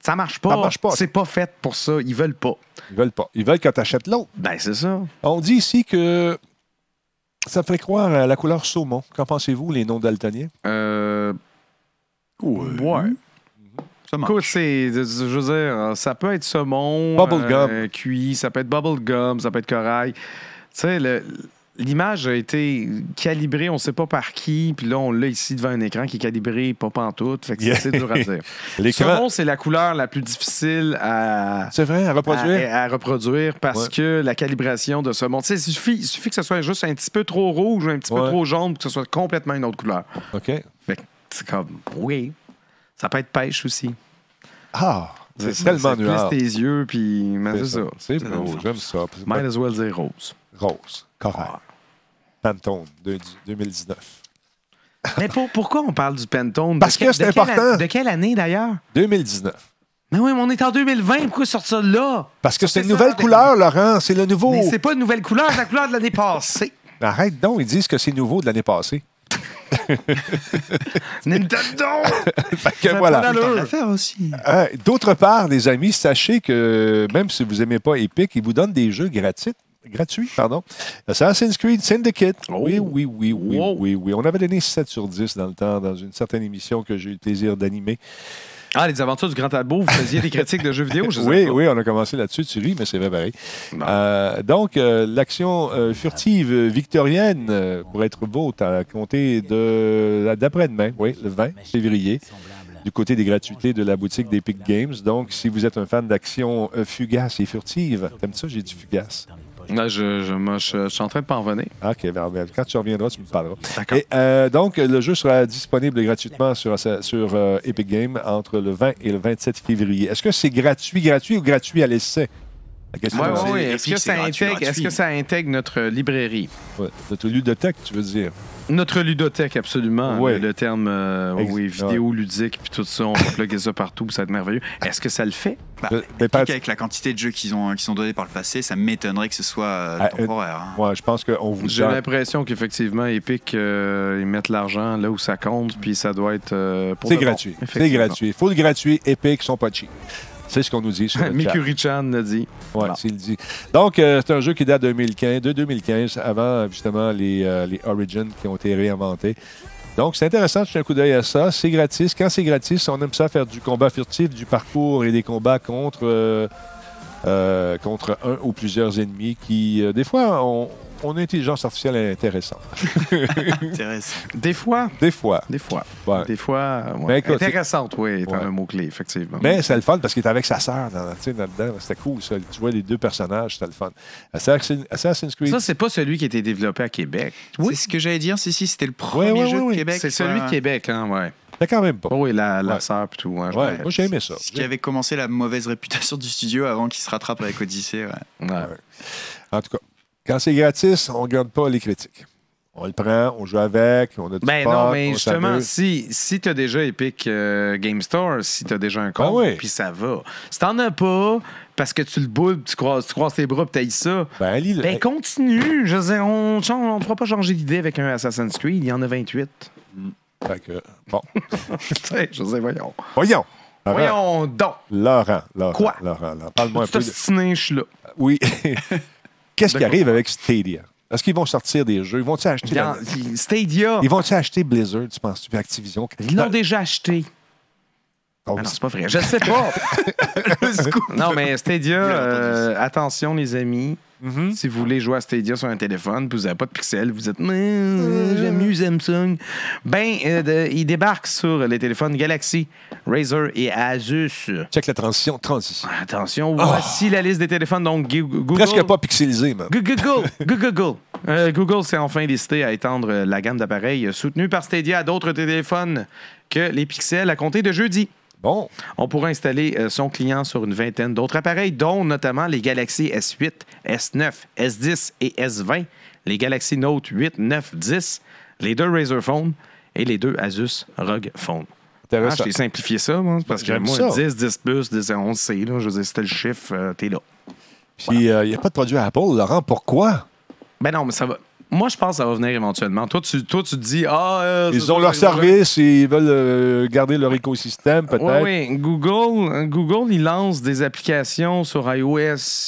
ça marche pas.
Ça marche pas.
C'est pas fait pour ça. Ils veulent pas.
ils veulent pas. Ils veulent que tu achètes l'autre.
Ben, c'est ça.
On dit ici que ça ferait croire à la couleur saumon. Qu'en pensez-vous, les noms daltoniens?
Euh,
Ouais. Ça marche.
écoute, c'est. Je veux dire, ça peut être saumon.
Bubblegum.
euh, cuit, ça peut être bubblegum, ça peut être corail. Tu sais, le- l'image a été calibrée, on sait pas par qui, puis là, on l'a ici devant un écran qui est calibré pas pantoute, fait que c'est-
Yeah.
c'est dur à dire.
L'écran-
Saumon, c'est la couleur la plus difficile à...
C'est vrai, à reproduire.
À, à reproduire parce
Ouais.
que la calibration de ce monde. Tu sais, Il suffit, il suffit que ce soit juste un petit peu trop rouge ou un petit peu
Ouais.
trop jaune pour que ce soit complètement une autre couleur.
OK.
Fait que c'est comme, oui. Ça peut être pêche aussi.
Ah, c'est
Ça-
tellement
ça plisse
nuancé.
tes yeux, puis. mais C'est ça.
C'est beau, j'aime ça. C'est
Might as well dire rose.
Rose, corail. Pantone, de- 2019.
Mais pour- pourquoi on parle du Pantone? De
Parce que
quel-
c'est
de quelle
important.
an- de quelle année d'ailleurs?
2019.
Mais oui, mais on est en 2020. Pourquoi sortir ça là?
Parce que c'est
C'est
une
ça,
nouvelle
mais-
couleur, Laurent. C'est le nouveau.
Mais c'est pas une nouvelle couleur, c'est la couleur de l'année passée.
Arrête donc, ils disent que c'est nouveau de l'année passée.
Nintendo!
Fait que
Ça a
voilà.
pas d'allure.
faire aussi.
Euh, D'autre part, les amis, sachez que même si vous n'aimez pas Epic, ils vous donnent des jeux gratuits. Gratuits, pardon. Assassin's Creed Syndicate. Oui, oui, oui, oui,
Wow.
oui, oui. On avait donné 7 sur 10 dans le temps, dans une certaine émission que j'ai eu le plaisir d'animer.
Ah, les aventures du Grand Talbot, vous faisiez des critiques de jeux vidéo, je sais
Oui,
pas.
oui, on a commencé là-dessus, tu ris, mais c'est vrai pareil.
Bon.
Euh, donc, euh, l'action euh, furtive euh, victorienne, euh, pour être beau, à compter de d'après-demain, oui, le 20 février, du côté des gratuités de la boutique d'Epic Games. Donc, si vous êtes un fan d'action euh, fugace et furtive, t'aimes ça, j'ai dit fugace.
Là, Ben, je, je, moi, je- je suis en train de pas en venir.
Ah, OK, ben, ben, quand tu reviendras, tu me parleras.
D'accord.
Et, euh, donc, le jeu sera disponible gratuitement sur, sur euh, Epic Games entre le 20 et le 27 février. Est-ce que c'est gratuit, gratuit ou gratuit à l'essai? La question
Oui,
est-
oui, oui.
c'est-
Est-ce
Epic,
que,
c'est
ça
gratuit,
intègre- est-ce
gratuit.
que ça intègre notre librairie?
Ouais, notre ludothèque, tu veux dire.
Notre ludothèque, absolument.
Ouais.
Le terme euh,
Ex-
oui, vidéo ludique, puis tout ça, on va plugger ça partout, puis ça va être merveilleux. Est-ce que ça le fait?
Bah,
Euh, mais pas-
Avec la quantité de jeux qu'ils ont, euh, qu'ils ont donnés par le passé, ça m'étonnerait que ce soit euh,
Ah, euh,
temporaire. hein.
Ouais, je pense qu'on vous
J'ai
donne-
l'impression qu'effectivement, Epic, euh, ils mettent l'argent là où ça compte, puis ça doit être euh, pour
C'est
de bon.
gratuit. C'est
Effectivement.
gratuit. Faut le gratuit. Epic sont pas cheap. C'est ce qu'on nous dit sur le chat.
Mikuri-chan l'a dit.
Ouais,
Bon.
c'est le dit. Donc, euh, c'est un jeu qui date de 2015, de 2015, avant justement les, euh, les Origins qui ont été réinventés. Donc, c'est intéressant de jeter un coup d'œil à ça. C'est gratis. Quand c'est gratis, on aime ça faire du combat furtif, du parcours et des combats contre, euh, euh, contre un ou plusieurs ennemis qui, euh, des fois, ont, ont une intelligence artificielle intéressante.
Intéressant.
Des fois,
Des fois.
des fois.
Ouais.
Des fois, ouais.
Mais écoute, c'est-
intéressante, oui, étant
Ouais. Ben,
un mot-clé, effectivement.
Mais c'est le fun parce qu'il est avec sa sœur dans, tu sais, là-dedans. C'était cool, ça. Tu vois les deux personnages, c'était le fun. Assassin- Assassin's Creed.
Ça, c'est pas celui qui a été développé à Québec.
Oui. C'est ce que j'allais dire, si, si, c'était le premier
ouais,
jeu
ouais, ouais.
de Québec.
C'est celui
euh,
de Québec, hein, ouais.
C'était quand même pas.
Oh, et la, la
Ouais.
sœur, puis tout. hein, je
Ouais,
me
moi, j'ai aimé ça.
Ce qui avait commencé la mauvaise réputation du studio avant qu'il se rattrape avec Odyssey. ouais.
rappelle. Ouais.
En tout cas, quand c'est gratis, on ne regarde pas les critiques. On le prend, on joue avec, on a du
Ben
fun,
non, mais
on
justement,
s'amuse.
si, si tu as déjà Epic euh, Game Store, si tu as déjà un compte,
Ben oui.
puis ça va. Si t'en as pas, parce que tu le boules, tu croises, tu croises tes bras, puis t'haïs ça,
Ben, lis le-
ben continue. Je veux dire, on ne pourra pas changer d'idée avec un Assassin's Creed, il y en a 28.
Fait que, bon.
Tu sais, je veux dire, voyons.
Voyons. Laurent,
Voyons donc.
Laurent, Laurent,
Quoi?
Laurent, Laurent. Parle-moi Ah, un
Tu
peu.
t'as
de-
stiné, je suis là.
Oui. Qu'est-ce qui
D'accord.
arrive avec Stadia? Est-ce qu'ils vont sortir des jeux? Ils vont-ils acheter, la-
Dans- Stadia,
ils vont acheter Blizzard, tu penses-tu, puis Activision? Ah,
ils l'ont déjà acheté.
Oh,
Ah non, c'est pas vrai. Je sais pas. non, mais Stadia, euh, attention, les amis.
Mm-hmm.
Si vous voulez jouer à Stadia sur un téléphone, puis vous n'avez pas de pixels, vous êtes Mais, euh, j'aime mieux Samsung. Ben, euh, de- il débarque sur les téléphones Galaxy, Razer et Asus.
Check la transition, transition.
Attention, voici la liste des téléphones. Donc, Gu- Google.
Oh. Presque pas pixelisé, même.
Gu- Google, Gu- Google. Euh, Google s'est enfin décidé à étendre la gamme d'appareils soutenus par Stadia à d'autres téléphones que les pixels à compter de jeudi.
Bon,
On pourra installer euh, son client sur une vingtaine d'autres appareils, dont notamment les Galaxy S8, S9, S10 et S20, les Galaxy Note 8, 9, 10, les deux Razer Phone et les deux Asus ROG Phone. Ah, je
intéressant.
t'ai simplifié ça, moi, parce que
J'aime
moi,
ça.
10, 10 plus, 10, 11, c'est là. Je veux dire, c'était le chiffre, euh, t'es là.
Puis, euh, il n'y a pas de produit Apple, Laurent, pourquoi?
Ben non, mais ça va. Moi, je pense que ça va venir éventuellement. Toi, tu, toi, tu te dis, ah. euh, c'est
Ils
ça,
ont leur
c'est ça.
service, ils veulent euh, garder leur écosystème, peut-être.
Oui, oui. Google, hein, Google, il lance des applications sur iOS.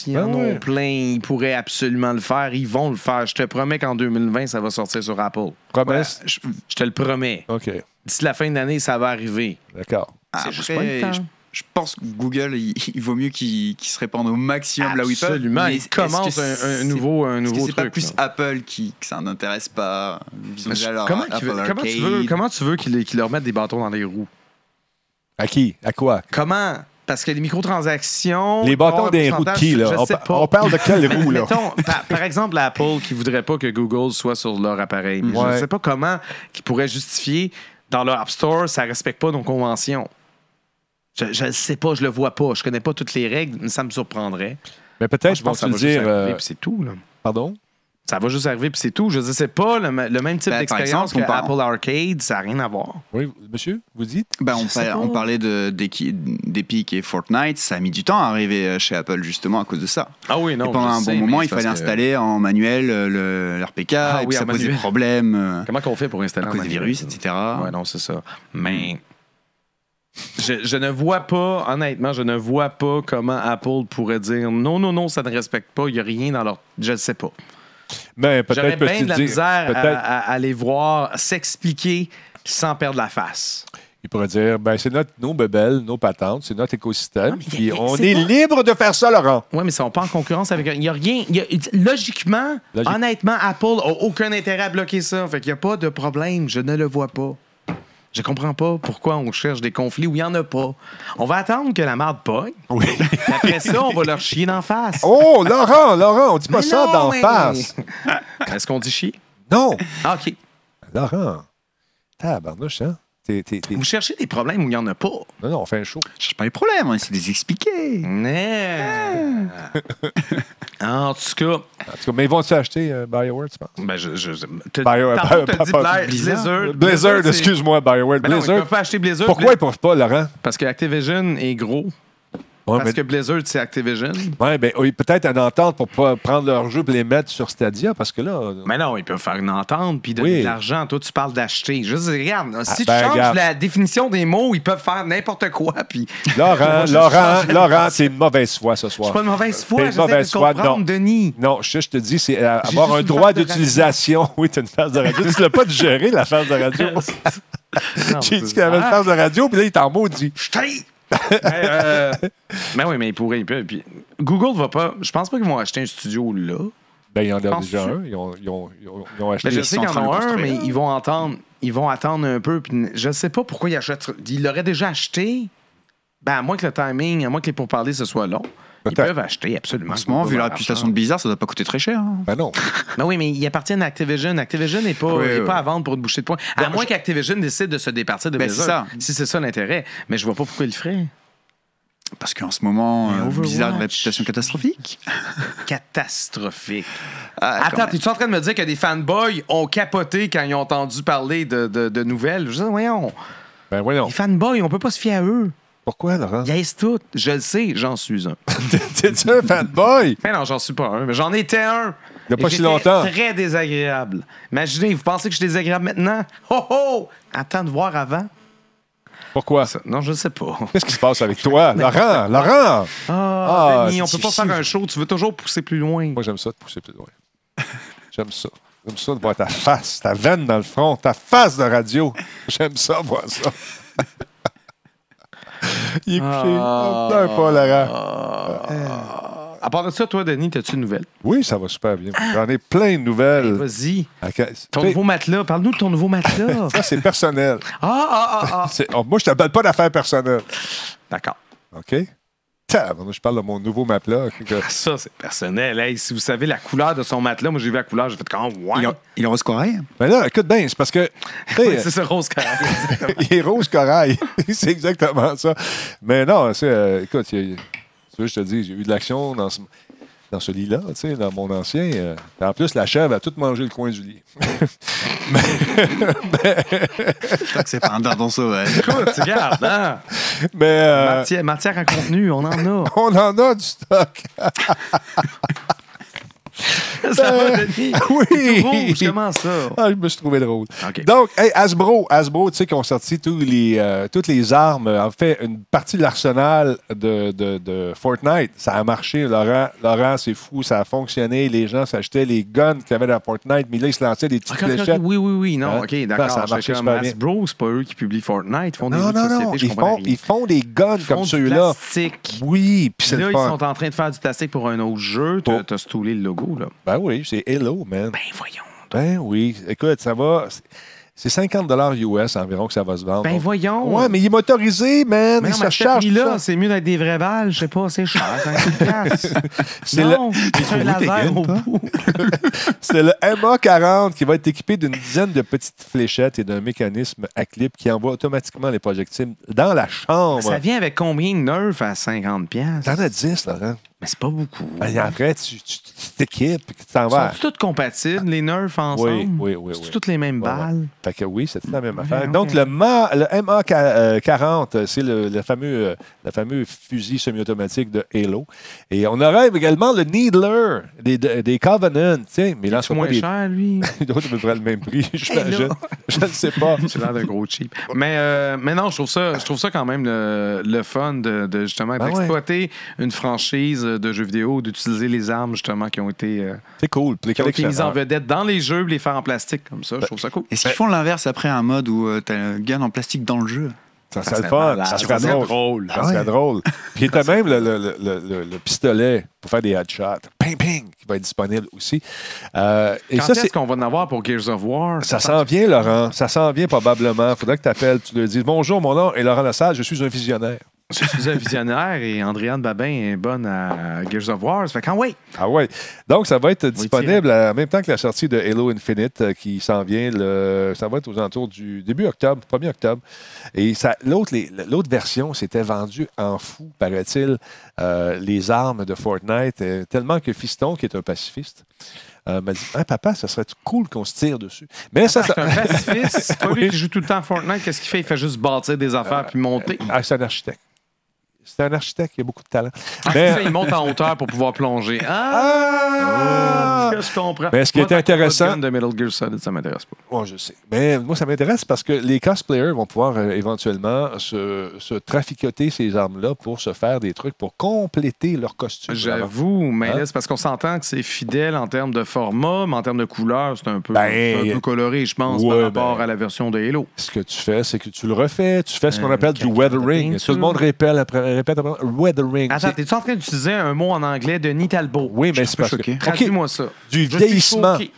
Ils en
Ah ouais.
ont plein. Ils pourraient absolument le faire. Ils vont le faire. Je te promets qu'en 2020, ça va sortir sur Apple.
Promesse?
Je, je te le promets.
OK,
D'ici la fin de l'année, ça va arriver.
d'accord.
C'est juste pas
Après,
le temps.
je je pense que Google, il, il vaut mieux qu'il qu'il se répande au maximum là où il peut.
Absolument,
Mais
il
est-ce que
commence un,
c'est-
un nouveau,
est-ce
un
que
nouveau
c'est
truc.
pas plus
là.
Apple qui, que ça n'intéresse pas. Ils ont
Mais
déjà leur
comment, tu veux,
Apple
comment tu
Arcade.
veux, comment tu veux qu'ils qu'ils leur mettent des bâtons dans les roues?
À qui? À quoi?
Comment? Parce que les microtransactions.
Les bâtons
ont un
des roues de
pourcentage,
qui, là?
Je
On,
sais
pa-
pas.
on parle de quelle roue, là?
Mettons, par, par exemple, Apple qui voudrait pas que Google soit sur leur appareil. Mais Je
Ouais.
ne sais pas comment ils pourraient justifier dans leur App Store, ça respecte pas nos conventions. Je ne sais pas, je le vois pas. Je connais pas toutes les règles, mais ça me surprendrait.
Mais
Eh,
peut-être vont-tu
va juste
dire...
arriver,
euh,
puis c'est tout. Là.
Pardon?
Ça va juste arriver, puis c'est tout. Je ne sais pas le, ma- le même type
Ben, par
d'expérience que
exemple, on parle-
Apple Arcade, ça n'a rien à voir.
Oui, monsieur, vous dites?
Ben, on,
Je sais
par-
pas.
on parlait de- d'Equi- d'Epic et Fortnite, ça a mis du temps à arriver euh, chez Apple justement à cause de ça.
Ah oui,
et pendant un bon moment, il fallait installer en manuel euh, le- l'RPK,
Ah
et
oui,
puis ça
en
posait
manuel.
problème euh,
Comment qu'on fait pour installer
à
un
cause des
manuel,
virus,
ça?
etc.
Ouais, non, c'est ça. Mais je, je ne vois pas, honnêtement, je ne vois pas comment Apple pourrait dire non, non, non, ça ne respecte pas, il n'y a rien dans leur. Je ne sais pas.
Ben, peut-être
J'aurais bien de la
peut-il dire-
misère à,
peut-être-
à- à aller voir s'expliquer sans perdre la face.
Il pourrait dire, ben, c'est notre, nos bebelles, nos patentes, c'est notre écosystème.
Non, mais
puis
c'est-
on
c'est
est
pas-
libre de faire ça, Laurent.
Oui, mais ils sont pas en concurrence avec. Il n'y a rien. il y a- Logiquement,
Logique.
honnêtement, Apple n'a aucun intérêt à bloquer ça. Fait qu'il n'y a pas de problème. Je ne le vois pas. Je comprends pas pourquoi on cherche des conflits où il n'y en a pas. On va attendre que la marde pogne.
Oui.
Puis Après ça, on va leur chier d'en face.
oh, Laurent, Laurent, on dit pas
Mais
ça
non,
d'en
mais-
face.
Est-ce qu'on dit chier?
Non.
Ah, OK.
Laurent, tabarnouche, hein? T'es, t'es, t'es-
Vous cherchez des problèmes où il n'y en a pas.
Non, non, on fait un show.
Je cherche pas les problèmes, on essaie de les expliquer.
Non.
Ah.
en tout cas,
En tout cas, mais ils vont-tu acheter euh, BioWare, tu penses?
ben je, je, je- te-
Bio- Bio-
tantôt, t'as dit
Bio-
Bla-
Blizzard.
Blizzard.
Blizzard,
c'est-
excuse-moi, BioWare.
Ben non, ils
Blizzard.
peuvent pas acheter Blizzard.
Pourquoi ils peuvent pas, Laurent?
Parce que Activision est gros.
Ouais,
Parce
mais-
que Blizzard, c'est Activision.
ouais, ben, oui, peut-être à entente pour pas prendre leur jeu et les mettre sur Stadia, parce que là,
Mais non, ils peuvent faire une entente puis donner
Oui.
de l'argent. Toi, tu parles d'acheter. Je dis, Ah, regarde, si tu
ben,
changes
regarde.
la définition des mots, ils peuvent faire n'importe quoi. Puis
Laurent,
Je
Laurent,
change-
Laurent, c'est une mauvaise foi ce
Je
soir.
suis pas de mauvaise
T'es
foi,
une
j'essaie de
mauvaise foi,
comprendre,
non.
Denis.
Non, je, je te dis, c'est euh, avoir
juste
un
une
droit
face de
d'utilisation. Oui, t'as une phase de radio. tu l'as pas digéré, la phase de radio.
Non,
J'ai dit
c'est-
qu'il y avait une
Ah,
phase de radio, puis là, il t'en maudit.
mais, euh, mais oui, mais ils pourraient. ils peuvent, puis Google va pas. Je pense pas qu'ils vont acheter un studio là.
Ben, il y en a
Penses-tu?
déjà un. Ils ont, ils ont- ils ont- ils ont acheté.
Ben, je
ils
sais
sont
qu'ils
en train
en
de
ont
le
un, mais
construire.
ils vont attendre. Ils vont attendre un peu. Puis je sais pas pourquoi ils achètent. Ils l'auraient déjà acheté. Ben, à moins que le timing, à moins que les pourparlers ce soit long. Ils
Peut-être.
peuvent acheter, absolument.
En ce moment, vu la réputation de Blizzard, ça doit pas coûter très cher. hein.
Ben non.
Ben oui, mais ils appartiennent à Activision. Activision n'est pas,
Oui,
est
oui.
pas à vendre pour une bouchée de poing. À moins qu'Activision décide de se départir de
Ben,
Blizzard.
c'est ça.
Si c'est ça l'intérêt. Mais je vois pas pourquoi ils le feraient.
Parce qu'en ce moment,
Mais
euh,
Overwatch.
Blizzard a une réputation catastrophique.
Catastrophique.
Ah, quand
Attends,
même.
es-tu en train de me dire que des fanboys ont capoté quand ils ont entendu parler de, de- de nouvelles? Je dis, voyons,
Ben voyons.
les fanboys, on peut pas se fier à eux.
Pourquoi, Laurent?
Ils haïssent tout. Je le sais, j'en suis un.
T'es-tu un fanboy?
Mais non, j'en suis pas un, mais j'en étais un.
Il y a pas
Et
si
j'étais
longtemps.
très désagréable. Imaginez, vous pensez que je suis désagréable maintenant? Oh oh! Attends de voir avant.
Pourquoi?
Ça- Non, je sais pas.
Qu'est-ce qui se passe avec toi? Laurent, Laurent!
Ah,
Ah,
Denis,
c'est
on peut pas
difficile.
faire un show, tu veux toujours pousser plus loin.
Moi, j'aime ça de pousser plus loin. J'aime ça. J'aime ça de voir ta face, ta veine dans le front, ta face de radio. J'aime ça, voir ça. Il est couché.
Ah.
Oh, pleure pas, Laurent.
À part de ça, toi, Denis, t'as-tu une nouvelle?
Oui, ça va super bien. J'en ai plein de nouvelles.
Vas-y.
Ah,
Ton
t'sais,
nouveau matelas, parle-nous de ton nouveau matelas.
Ça, c'est personnel.
ah, ah, ah, ah.
C'est- oh, moi, je ne t'appelle pas d'affaires personnelles.
D'accord.
OK? Tabarnouche, je parle de mon nouveau matelas. que-
Ça, c'est personnel. Hey, si vous savez la couleur de son matelas, moi, j'ai vu la couleur, j'ai fait quand ouais.
Il, il rose corail
Mais là, écoute bien, c'est parce que. tu sais,
Ouais, c'est ça, rose carré.
Il est rose corail. c'est exactement ça. Mais non, c'est, euh, écoute, il y a- tu veux, je te dis, j'ai eu de l'action dans ce, dans ce lit-là, tu sais, dans mon ancien. euh. en plus, la chèvre a tout mangé le coin du lit.
Tant que c'est pas un dindon sauvage.
Écoute, regarde, hein?
Mais euh,
Matière, matière à contenu, on en a.
on en a du stock.
ça m'a donné
oui!
Euh, tout rouge. Comment ça?
Ah, je me suis trouvé drôle.
OK.
Donc, hey, Hasbro, Hasbro, tu sais, qui ont sorti tous les, euh, toutes les armes. En fait, une partie de l'arsenal de, de- de Fortnite, ça a marché. Laurent, Laurent c'est fou, ça a fonctionné. Les gens s'achetaient les guns qu'il y avait dans Fortnite, mais là, ils se lançaient des petites
Ah, quand- quand-
fléchettes.
oui, oui, oui, non,
Hein?
ok,
Ça,
d'accord.
ça a
C'est
marché
comme
super bien.
Hasbro, c'est pas eux qui publient Fortnite, ils font des
Non,
jeux de
non,
société,
non.
je
Ils
comprends
font,
rien.
ils font des guns
Ils font
comme
du
ceux-là.
plastique.
Oui, puis c'est
Là,
le
ils
fun.
sont en train de faire du plastique pour un autre jeu. T'as
Oh.
t'as stoulé le logo, là.
Ben oui, c'est Hello, man.
Ben voyons.
Ben oui, écoute, ça va. c'est- C'est 50 US environ que ça va se vendre.
Ben
Donc-
voyons.
Ouais, mais il est motorisé, man. il
Mais non, mais
se
à cette
charge. tout
prix-là,
ça.
c'est mieux d'être des vrais balles. Je sais pas, c'est cher.
C'est
C'est non, c'est un
trouvé tes
laser
guns,
au
toi?
bout.
C'est le MA40 qui va être équipé d'une dizaine de petites fléchettes et d'un mécanisme à clip qui envoie automatiquement les projectiles dans la
Ça
chambre.
vient avec combien de nerfs à 50$? piastres?
T'en as 10, Laurent. Ben,
Mais c'est pas beaucoup. hein.
Et après, tu tu- tu t'équipes et tu t'en vas.
Sont-ils toutes compatibles, les nerfs ensemble?
Oui, oui, oui,
C'est
oui.
toutes les mêmes
Ouais, ouais.
balles?
Fait que oui, c'est tout la même affaire.
ok.
Donc, le, MA, le MA40, c'est le, le fameux, euh, le fameux fusil semi-automatique de Halo. Et on aurait également le Needler des, de- des Covenant. Tiens, mais là,
C'est moins
des...
cher, lui.
D'autres à peu près le même prix, j'imagine. Je ne sais pas.
C'est l'air d'un gros cheap. Mais, euh, mais non, je trouve ça, je trouve ça quand même le, le fun de, de justement
Ben ouais.
d'exploiter une franchise de jeux vidéo, d'utiliser les armes justement qui ont été, euh,
C'est cool. pour les
qui ont été mises en
collectionneurs.
vedette dans les jeux, puis les faire en plastique comme
Ben,
ça. Je trouve ça cool.
Est-ce qu'ils font l'inverse après un mode où euh, t'as un gun en plastique dans le jeu
Ça
Bah,
serait le fun. Ça serait drôle.
Ah
Ça serait drôle. Puis t'as même le, le- le- le- le- le pistolet pour faire des headshots. Ping, ping, qui va être disponible aussi. Euh, et
Quand
ça,
est-ce
c'est.
qu'on va en avoir pour Gears of War?
Ça s'en vient, Laurent. Ça s'en vient probablement. Faudrait que tu appelles, tu le dises. Bonjour, mon nom est Laurent Lassalle, je suis un visionnaire.
Je suis un visionnaire et Andréane Babin est bonne à Gears of War. Ça fait quand oui.
Ah ouais. Donc, ça va être disponible en même temps que la sortie de Halo Infinite euh, qui s'en vient. le- ça va être aux alentours du début octobre, 1er octobre. Et ça- l'autre les- l'autre version s'était vendue en fou, paraît-il, euh, les armes de Fortnite, euh, tellement que Fiston, qui est un pacifiste, euh, m'a dit Hein, Papa, ça serait cool qu'on se tire dessus. Mais ça, ça,
C'est un pacifiste. C'est pas lui qui joue tout le temps à Fortnite. Qu'est-ce qu'il fait? Il fait juste bâtir des affaires puis monter.
Ah, c'est un architecte. C'est un architecte qui a beaucoup de talent.
Ah,
Mais-
c'est ça, il monte en hauteur pour pouvoir plonger. Ah!
Ah!
Je comprends.
Mais ce qui
Moi,
est
tant qu'il y a pas de
intéressant-
gun de Metal Gear Solid, ça m'intéresse pas.
Ouais, je sais. Mais moi, ça m'intéresse parce que les cosplayers vont pouvoir euh, éventuellement se, se traficoter ces armes-là pour se faire des trucs, pour compléter leur costume.
J'avoue, mais
Hein?
là, c'est parce qu'on s'entend que c'est fidèle en termes de format, mais en termes de couleur, c'est un peu,
Ben,
c'est un peu coloré, je pense, par
ouais,
rapport
ben.
à la version de Halo.
Ce que tu fais, c'est que tu le refais, tu fais ce qu'on
Euh,
appelle du
quelqu'un
weathering.
de
Tout le monde répète après, répète après weathering.
Attends,
C'est-
t'es-tu en train d'utiliser un mot en anglais de Nitalbo?
Oui, mais c'est parce que.
choqué.
OK.
Traduis-moi ça.
Du
Je
vieillissement.
suis choqué.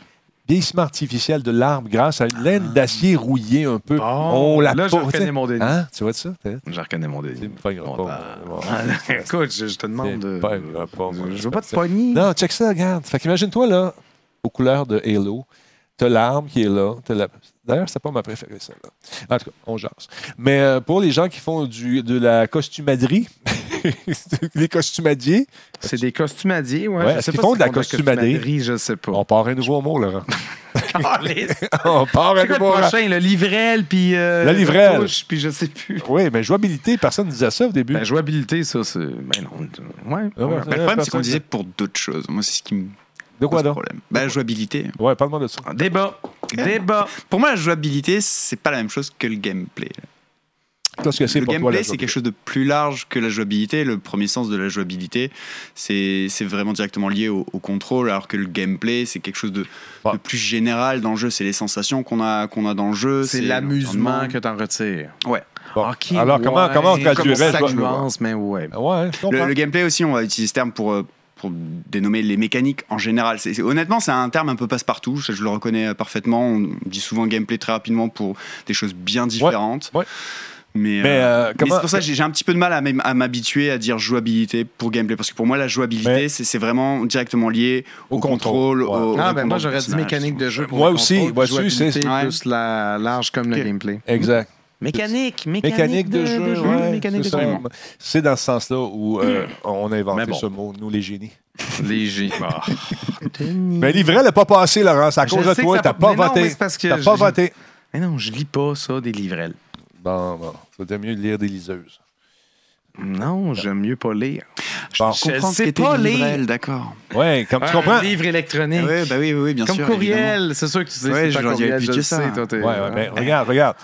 Vieillissement artificiel de l'arbre grâce à une laine d'acier rouillée un peu.
Ah. Bon,
On la
là, je
peau-
reconnais mon déni.
Hein? Tu vois de ça? T'es-
Je reconnais mon délire.
Tu me pogneras
Bon, ben,
pas. Bon.
Ah, Écoute, je, je te demande
Tu me
de...
pogneras pas, moi,
Je
je
veux pas te
fais ça.
pogner.
Non, check ça, regarde. Fait qu'imagine-toi, là, aux couleurs de Halo, t'as l'arme qui est là. t'as la- D'ailleurs, c'est pas ma préférée, celle-là. En tout cas, on jase. Mais euh, pour les gens qui font du, de la costumaderie, les costumadiers,
C'est des costumadiers, ouais.
Ouais,
je
est-ce
sais
qu'ils
pas
font
si
de la
ils
costumaderie?
costumaderie, Je sais pas.
on part un nouveau mot, Laurent.
Calisse.
on part un
C'est quoi
nouveau mot.
le prochain? Le livrel, puis... euh,
Le livrel.
la touche, puis je sais plus.
Oui, mais jouabilité, personne ne disait ça au début.
La jouabilité, ça, c'est... Ben non, t- ouais.
Ah ouais,
ouais.
ça-
Le problème, c'est qu'on
personne-
disait pour d'autres choses. Moi, c'est ce qui me
de quoi
pose
donc?
problème. Bah, la jouabilité.
Ouais, parle-moi de ça.
Débat. Débat.
Pour moi, la jouabilité, c'est pas la même chose que le gameplay.
Qu'est-ce que c'est
le
pour toi, la
gameplay, c'est quelque
jouabilité?
chose de plus large que la jouabilité. Le premier sens de la jouabilité, c'est c'est vraiment directement lié au, au contrôle, alors que le gameplay, c'est quelque chose de,
Ouais.
de plus général dans le jeu. C'est les sensations qu'on a, qu'on a dans le jeu.
C'est
l'environnement.
l'amusement que t'en retires.
Ouais.
Bon,
Ok,
Alors, comment,
ouais,
comment on
c'est comme
traduirait?
ça
je
que
vois-
je nuance, mais ouais.
Ouais, je comprends.
Le, le gameplay aussi, on va utiliser ce terme pour, euh, pour dénommer les mécaniques en général. C'est- c'est- honnêtement, c'est un terme un peu passe-partout. Je, je le reconnais euh, parfaitement. On dit souvent gameplay très rapidement pour des choses bien différentes.
ouais.
Mais,
Mais,
euh,
euh,
mais
comment-
c'est pour ça que j'ai j'ai un petit peu de mal à m'im- à m'habituer à dire jouabilité pour gameplay. Parce que pour moi, la jouabilité,
Mais-
c'est c'est vraiment directement lié au,
Au
contrôle.
contrôle, ouais.
au- au
Ah,
répondant
ben moi,
du
j'aurais dit
personnage.
mécanique de jeu. Pour
Moi
le
aussi,
contrôle,
moi
puis
aussi,
jouabilité,
c'est-
plus la large comme le gameplay.
Exact.
Mécanique, mécanique,
Mécanique de, jeu, ouais,
mécanique
c'est
de jeu.
ça. C'est dans ce sens-là où
Hmm.
euh, on a inventé
Mais bon.
ce mot, nous les génies.
Léger. Ah.
Mais livrel n'a pas passé, Laurent. C'est à
Hmm. Je
cause de
sais
toi.
que ça
T'as
va-
pas
mais non, mais
voté.
c'est parce que
T'as
je-
pas
je-
voté.
Mais non, je lis pas ça des livrels.
Bon, bon. C'était mieux de lire des liseuses.
Non, j'aime mieux pas lire.
Bon.
Je comprends
sais
que t'es
pas
des
lire.
livrelles, d'accord.
Ouais, comme tu
Un
comprends.
livre électronique.
Oui, bah oui, oui, oui, bien
Comme
sûr. évidemment.
courriel, c'est ben sûr que tu sais.
Ouais,
c'est
je
pas
leur ai
courriel,
pitché
je le
ça.
sais, toi, t'es- euh,
Ouais, ouais, mais regarde, regarde.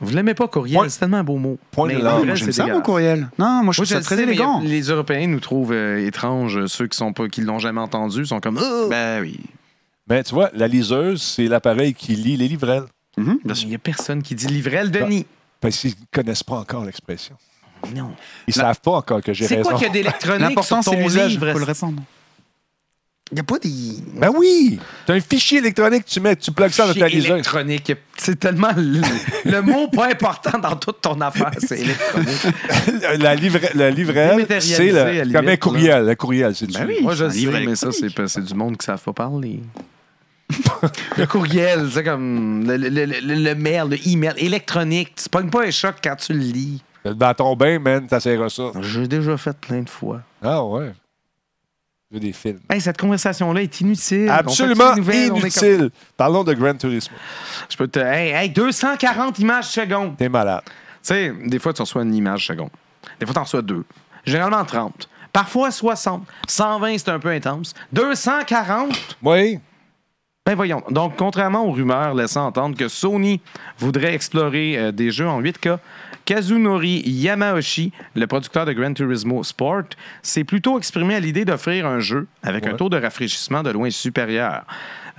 Vous l'aimez pas, courriel,
Point-
c'est tellement un beau mot.
Point de
Mais
langue.
courriel,
Moi,
c'est
J'aime ça,
dégueulasse.
mon courriel. Non, moi, je
Moi,
trouve ça
le
très
sais, mais
élégant.
Les Européens nous trouvent euh, étranges. Ceux qui sont pas, qui l'ont jamais entendu sont comme. Oh!
Ben oui.
Mais tu vois, la liseuse, c'est l'appareil qui lit les livrelles.
Mhm, bien sûr.
il n'y a personne qui dit livrel,
Bah,
Denis.
Parce qu'ils ne connaissent pas encore l'expression.
Non.
Ils ne savent pas encore que j'ai
C'est
raison.
quoi qu'il y a d'électronique sur
L'important, c'est
ton
l'usage. Il
livre?
faut le répandre.
Il n'y a pas des.
Ben oui! Tu as un fichier électronique, tu mets, tu plugues ça dans ta
Fichier
liseuse.
électronique. C'est tellement le, le mot pas important dans toute ton affaire, c'est électronique.
la, livra- la livrelle,
Dématérialisé,
c'est
à
le-
la limite,
comme
là.
un courriel. Un courriel, c'est
Ben
du-
oui.
Moi, je
un
sais,
livre
mais ça, c'est
électronique.
pas- c'est du monde qui ne savent pas parler. le courriel, c'est comme le, le- le- le- le mail, le email électronique. Tu pognes pas un choc quand tu le lis.
Dans ton bain, man, t'essaieras ça.
J'ai déjà fait plein de fois.
Ah ouais. Je veux des films.
Hey, cette conversation-là est inutile.
Absolument
On fait-tu des nouvelles? On est comme-
inutile. Parlons de Gran Turismo.
Je peux te. Hey, hey, 240 images secondes.
T'es malade.
Tu sais, des fois, tu reçois une image seconde. Des fois, tu en reçois deux. Généralement 30. Parfois 60. 120, c'est un peu intense. 240,
Oui.
ben voyons. Donc, contrairement aux rumeurs laissant entendre que Sony voudrait explorer euh, des jeux en 8K, Kazunori Yamaoshi, le producteur de Gran Turismo Sport, s'est plutôt exprimé à l'idée d'offrir un jeu avec un taux de rafraîchissement de loin supérieur.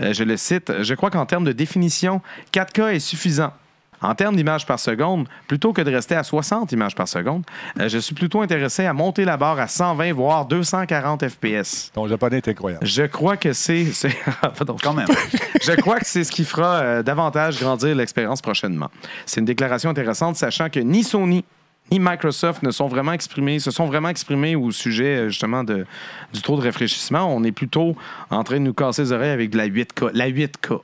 Euh, je le cite, je crois qu'en termes de définition, 4K est suffisant. En termes d'images par seconde, plutôt que de rester à 60 images par seconde, euh, je suis plutôt intéressé à monter la barre à 120 voire 240 FPS.
Ton japonais est incroyable.
Je crois que c'est. c'est- ah, Pardon.
Quand même.
Je crois que c'est ce qui fera euh, davantage grandir l'expérience prochainement. C'est une déclaration intéressante, sachant que ni Sony ni Microsoft ne sont vraiment exprimés, se sont vraiment exprimés au sujet euh, justement de, du trop de rafraîchissement. On est plutôt en train de nous casser les oreilles avec de la 8K. La 8K.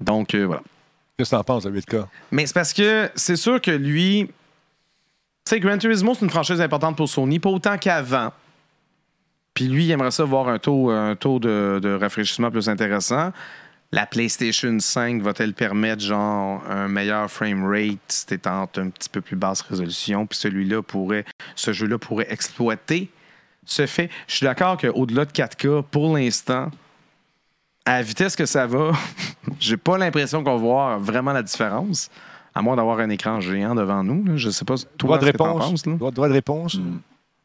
Donc euh, voilà.
Qu'est-ce que t'en penses de 8K?
Mais c'est parce que c'est sûr que lui. Tu sais, Gran Turismo, c'est une franchise importante pour Sony, pas autant qu'avant. Puis lui, il aimerait ça voir un taux, un taux de, de rafraîchissement plus intéressant. La PlayStation 5 va-t-elle permettre, genre, un meilleur frame rate, c'était en un petit peu plus basse résolution, puis celui-là pourrait, ce jeu-là pourrait exploiter ce fait. Je suis d'accord qu'au-delà de 4K, pour l'instant, à la vitesse que ça va, j'ai pas l'impression qu'on va voir vraiment la différence. À moins d'avoir un écran géant devant nous. là. Je sais pas
Droit
toi
de
ce que t'en
réponse.
penses. là. Mm.
Droit, droit de réponse.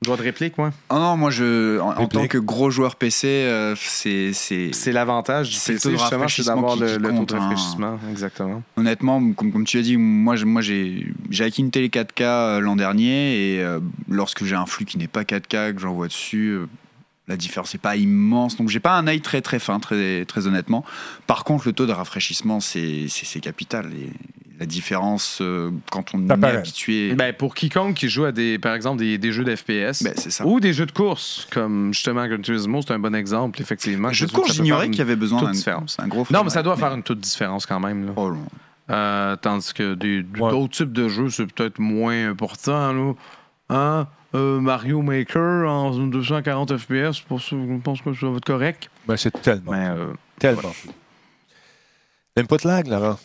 Droit de réplique, moi.
Ah non, moi, je, en, en
Réplique.
tant que gros joueur PC, euh, c'est, c'est-
C'est l'avantage du
C'est le
PC,
taux de
justement, c'est
rafraîchissement
d'avoir
qui-
le,
qui
le taux
compte,
de
hein.
rafraîchissement. Exactement.
honnêtement, comme, comme tu as dit, moi, je- moi j'ai, j'ai acquis une télé 4K euh, l'an dernier et euh, lorsque j'ai un flux qui n'est pas 4K, que j'envoie dessus, euh, la différence n'est pas immense. Donc, j'ai pas un œil très très fin, très, très honnêtement. Par contre, le taux de rafraîchissement, c'est, c'est, c'est capital. Et la différence, euh, quand on
Ça
est
paraît.
habitué.
Ben, pour quiconque qui joue à des, par exemple, des, des jeux d'FPS
Ben, c'est ça.
ou des jeux de course, comme justement Gran Turismo, c'est un bon exemple, effectivement.
je
Ça doit-
cours,
ça peut faire
j'ignorais
une
qu'il y avait besoin
toute
d'un
différence.
un gros
Non,
frame
mais ça
rate,
doit faire une toute différence quand même. là.
Oh, non.
Euh, tandis que des-
Ouais.
d'autres types de jeux, c'est peut-être moins important. Là. Hein? Euh, Mario Maker en 240 FPS, pour ça, je pense que ça va être correct.
Ben, c'est tellement,
Mais, euh,
tellement. L'input lag, Laurent.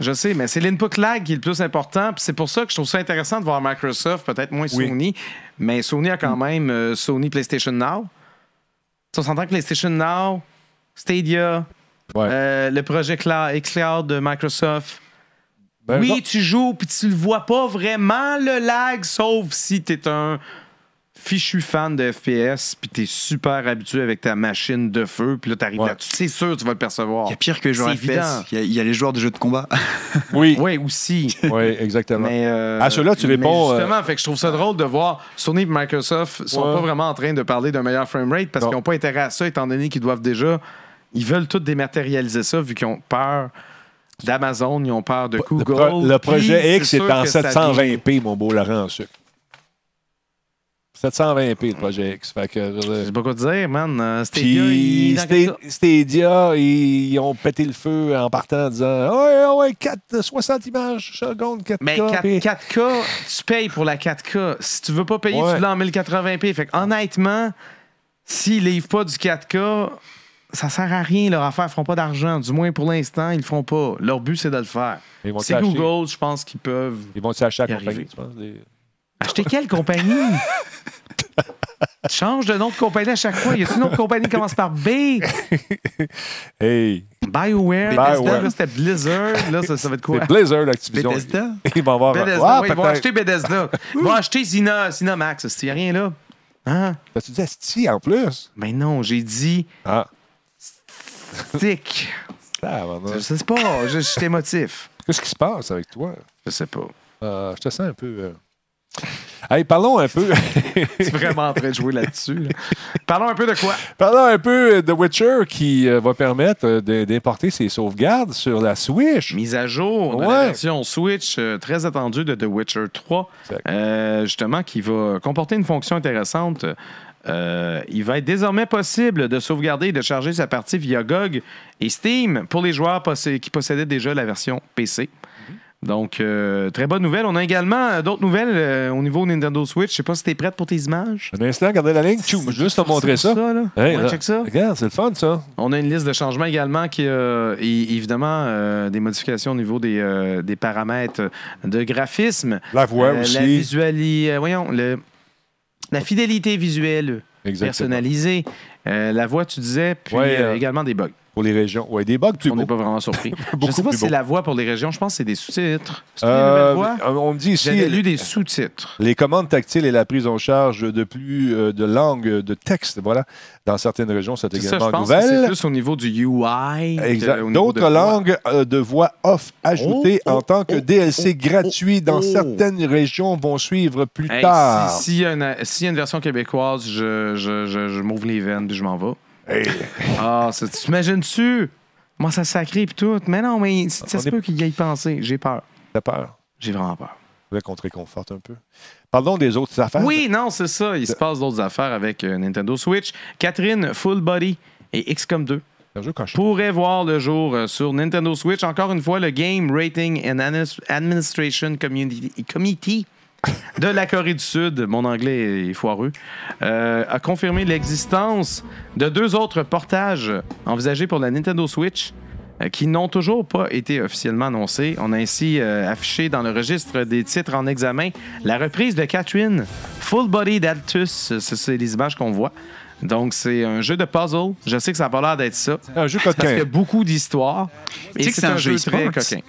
Je sais, mais c'est l'input lag qui est le plus important. puis C'est pour ça que je trouve ça intéressant de voir Microsoft, peut-être moins
Oui. Mm.
Sony. Mais Sony a quand même euh, Sony PlayStation Now. Tu sais, On s'entend que PlayStation Now, Stadia,
Ouais.
euh, le projet Cla- xCloud de Microsoft.
Ben,
oui,
non.
tu joues, puis tu le vois pas vraiment, le lag, sauf si tu es un fichu fan de FPS, puis tu es super habitué avec ta machine de feu, puis là, tu arrives
Ouais.
là-dessus. C'est sûr, tu vas le percevoir.
Il y a pire que les joueurs
C'est évident.
FPS. Il y, a- il y a les joueurs de jeux de combat.
Oui,
Oui, aussi.
oui, exactement.
Mais, euh,
À ceux-là, tu
mais
réponds,
Justement, fait que je trouve ça drôle de voir Sony et Microsoft sont
Ouais.
pas vraiment en train de parler d'un meilleur frame rate parce
Non.
qu'ils n'ont pas intérêt à ça, étant donné qu'ils doivent déjà. Ils veulent tout dématérialiser ça vu qu'ils ont peur d'Amazon, ils ont peur de
Le,
Google.
pro- le
Puis,
projet X
c'est
est
sûr
en
que ça
720p, mon beau Laurent, en sucre. 720p, le projet X. Fait que, je veux
Je
dire,
sais pas quoi te dire, man. Euh, Stadia,
Puis,
il- dans quelque
Sta- Stadia, ils ils ont pété le feu en partant en disant Ah Ouais, ouais, 4, 60 images par seconde, 4K.
Mais 4,
puis-
4K, tu payes pour la 4K. Si tu veux pas payer,
Ouais.
tu l'as en 1080p. Fait que, honnêtement, s'ils livrent pas du 4K, ça sert à rien. Leur affaire, ils feront pas d'argent. Du moins, pour l'instant, ils le feront pas. Leur but, c'est de le faire.
Ils vont
C'est
te lâcher.
Google, je pense qu'ils peuvent.
Ils vont s'acheter à
Y
la compagnie,
arriver.
tu penses? des-
Acheter quelle compagnie? Tu changes de nom de compagnie à chaque fois. Y a-t-il une autre compagnie qui commence par B?
Hey, BioWare.
BioWare, Bethesda, là, c'était Blizzard. Là, ça, ça va être quoi?
c'est Blizzard, l'Activision.
Bethesda?
Ils vont avoir.
Bethesda,
Ah,
oui, ils vont
peut-être.
acheter Bethesda. Ils vont acheter Zina, Zina Max. S'il n'y a rien là. Hein?
T'as-tu dit Asti en plus?
Mais Ben non, j'ai dit
Ah,
tic.
ça va, non.
Je sais pas, je je suis émotif.
Qu'est-ce qui se passe avec toi?
Je sais pas.
Euh, je te sens un peu. euh. Hey, parlons un peu.
Tu es vraiment en train de jouer là-dessus. là. Parlons un peu de quoi?
Parlons un peu de Witcher qui euh, va permettre euh, de- d'importer ses sauvegardes sur la Switch.
Mise à jour de la
Ouais.
version Switch euh, très attendue de The Witcher 3,
Exact.
euh, justement, qui va comporter une fonction intéressante. Euh, il va être désormais possible de sauvegarder et de charger sa partie via GOG et Steam pour les joueurs possé- qui possédaient déjà la version PC.
Mhm.
Donc, euh, très bonne nouvelle. On a également euh, d'autres nouvelles euh, au niveau Nintendo Switch. Je sais pas si tu es prête pour tes images.
Un instant, regardez la ligne. Tchou, juste
Ah,
te montrer ça.
là.
Hey,
Ouais,
là,
check ça.
Regarde, c'est le fun, ça.
On a une liste de changements également qui euh, é- évidemment euh, des modifications au niveau des, euh, des paramètres de graphisme.
La voix
Euh, La
aussi.
visuali- euh, voyons, le- la fidélité visuelle
Exactement.
personnalisée. Euh, la voix, tu disais, puis
Ouais,
euh,
euh,
également des bugs.
Pour les régions. Oui, des bugs plus
On
beaux.
n'est pas vraiment surpris. Je
Beaucoup
sais pas
plus
si c'est
beau.
la voix pour les régions. Je pense que c'est des sous-titres. C'est une
Euh,
nouvelle voix?
on me dit ici.
J'avais lu des sous-titres.
Les commandes tactiles et la prise en charge de plus euh, de langues euh, de texte, voilà. Dans certaines régions, c'est
C'est ça,
également
je pense que c'est
nouvelle.
plus au niveau du UI. que
Exact.
au niveau de
D'autres
voix.
langues euh, de voix off ajoutées en tant que DLC gratuit dans certaines régions vont suivre plus
Hey,
tard.
si- S'il y, a une- s'il y a une version québécoise, je, je, je, je m'ouvre les veines puis je m'en vais. Ah, ça- tu t'imagines-tu? Moi, ça sacré puis tout. Mais non, mais ça
On
se
est-
peut qu'il y ait pensé. J'ai peur.
T'as peur.
J'ai vraiment peur.
Je voulais qu'on te réconforte un peu. Parlons des autres affaires.
Oui, non, c'est ça. Il se passe d'autres affaires avec euh, Nintendo Switch. Catherine, Full Body et XCOM 2
Un jeu quand je-
pourraient voir le jour euh, sur Nintendo Switch. Encore une fois, le Game Rating and Adminis- Administration Community- Committee de la Corée du Sud, mon anglais est foireux, euh, a confirmé l'existence de deux autres portages envisagés pour la Nintendo Switch euh, qui n'ont toujours pas été officiellement annoncés. On a ainsi euh, affiché dans le registre des titres en examen la reprise de Catherine, Full Body d'Altus. C'est- C'est les images qu'on voit. Donc, c'est un jeu de puzzle. Je sais que ça n'a pas l'air d'être ça.
Un jeu
Parce qu'il y a
coquin.
beaucoup d'histoires.
Tu
Et
sais que
c'est un, jeu très
e-sports?
coquin.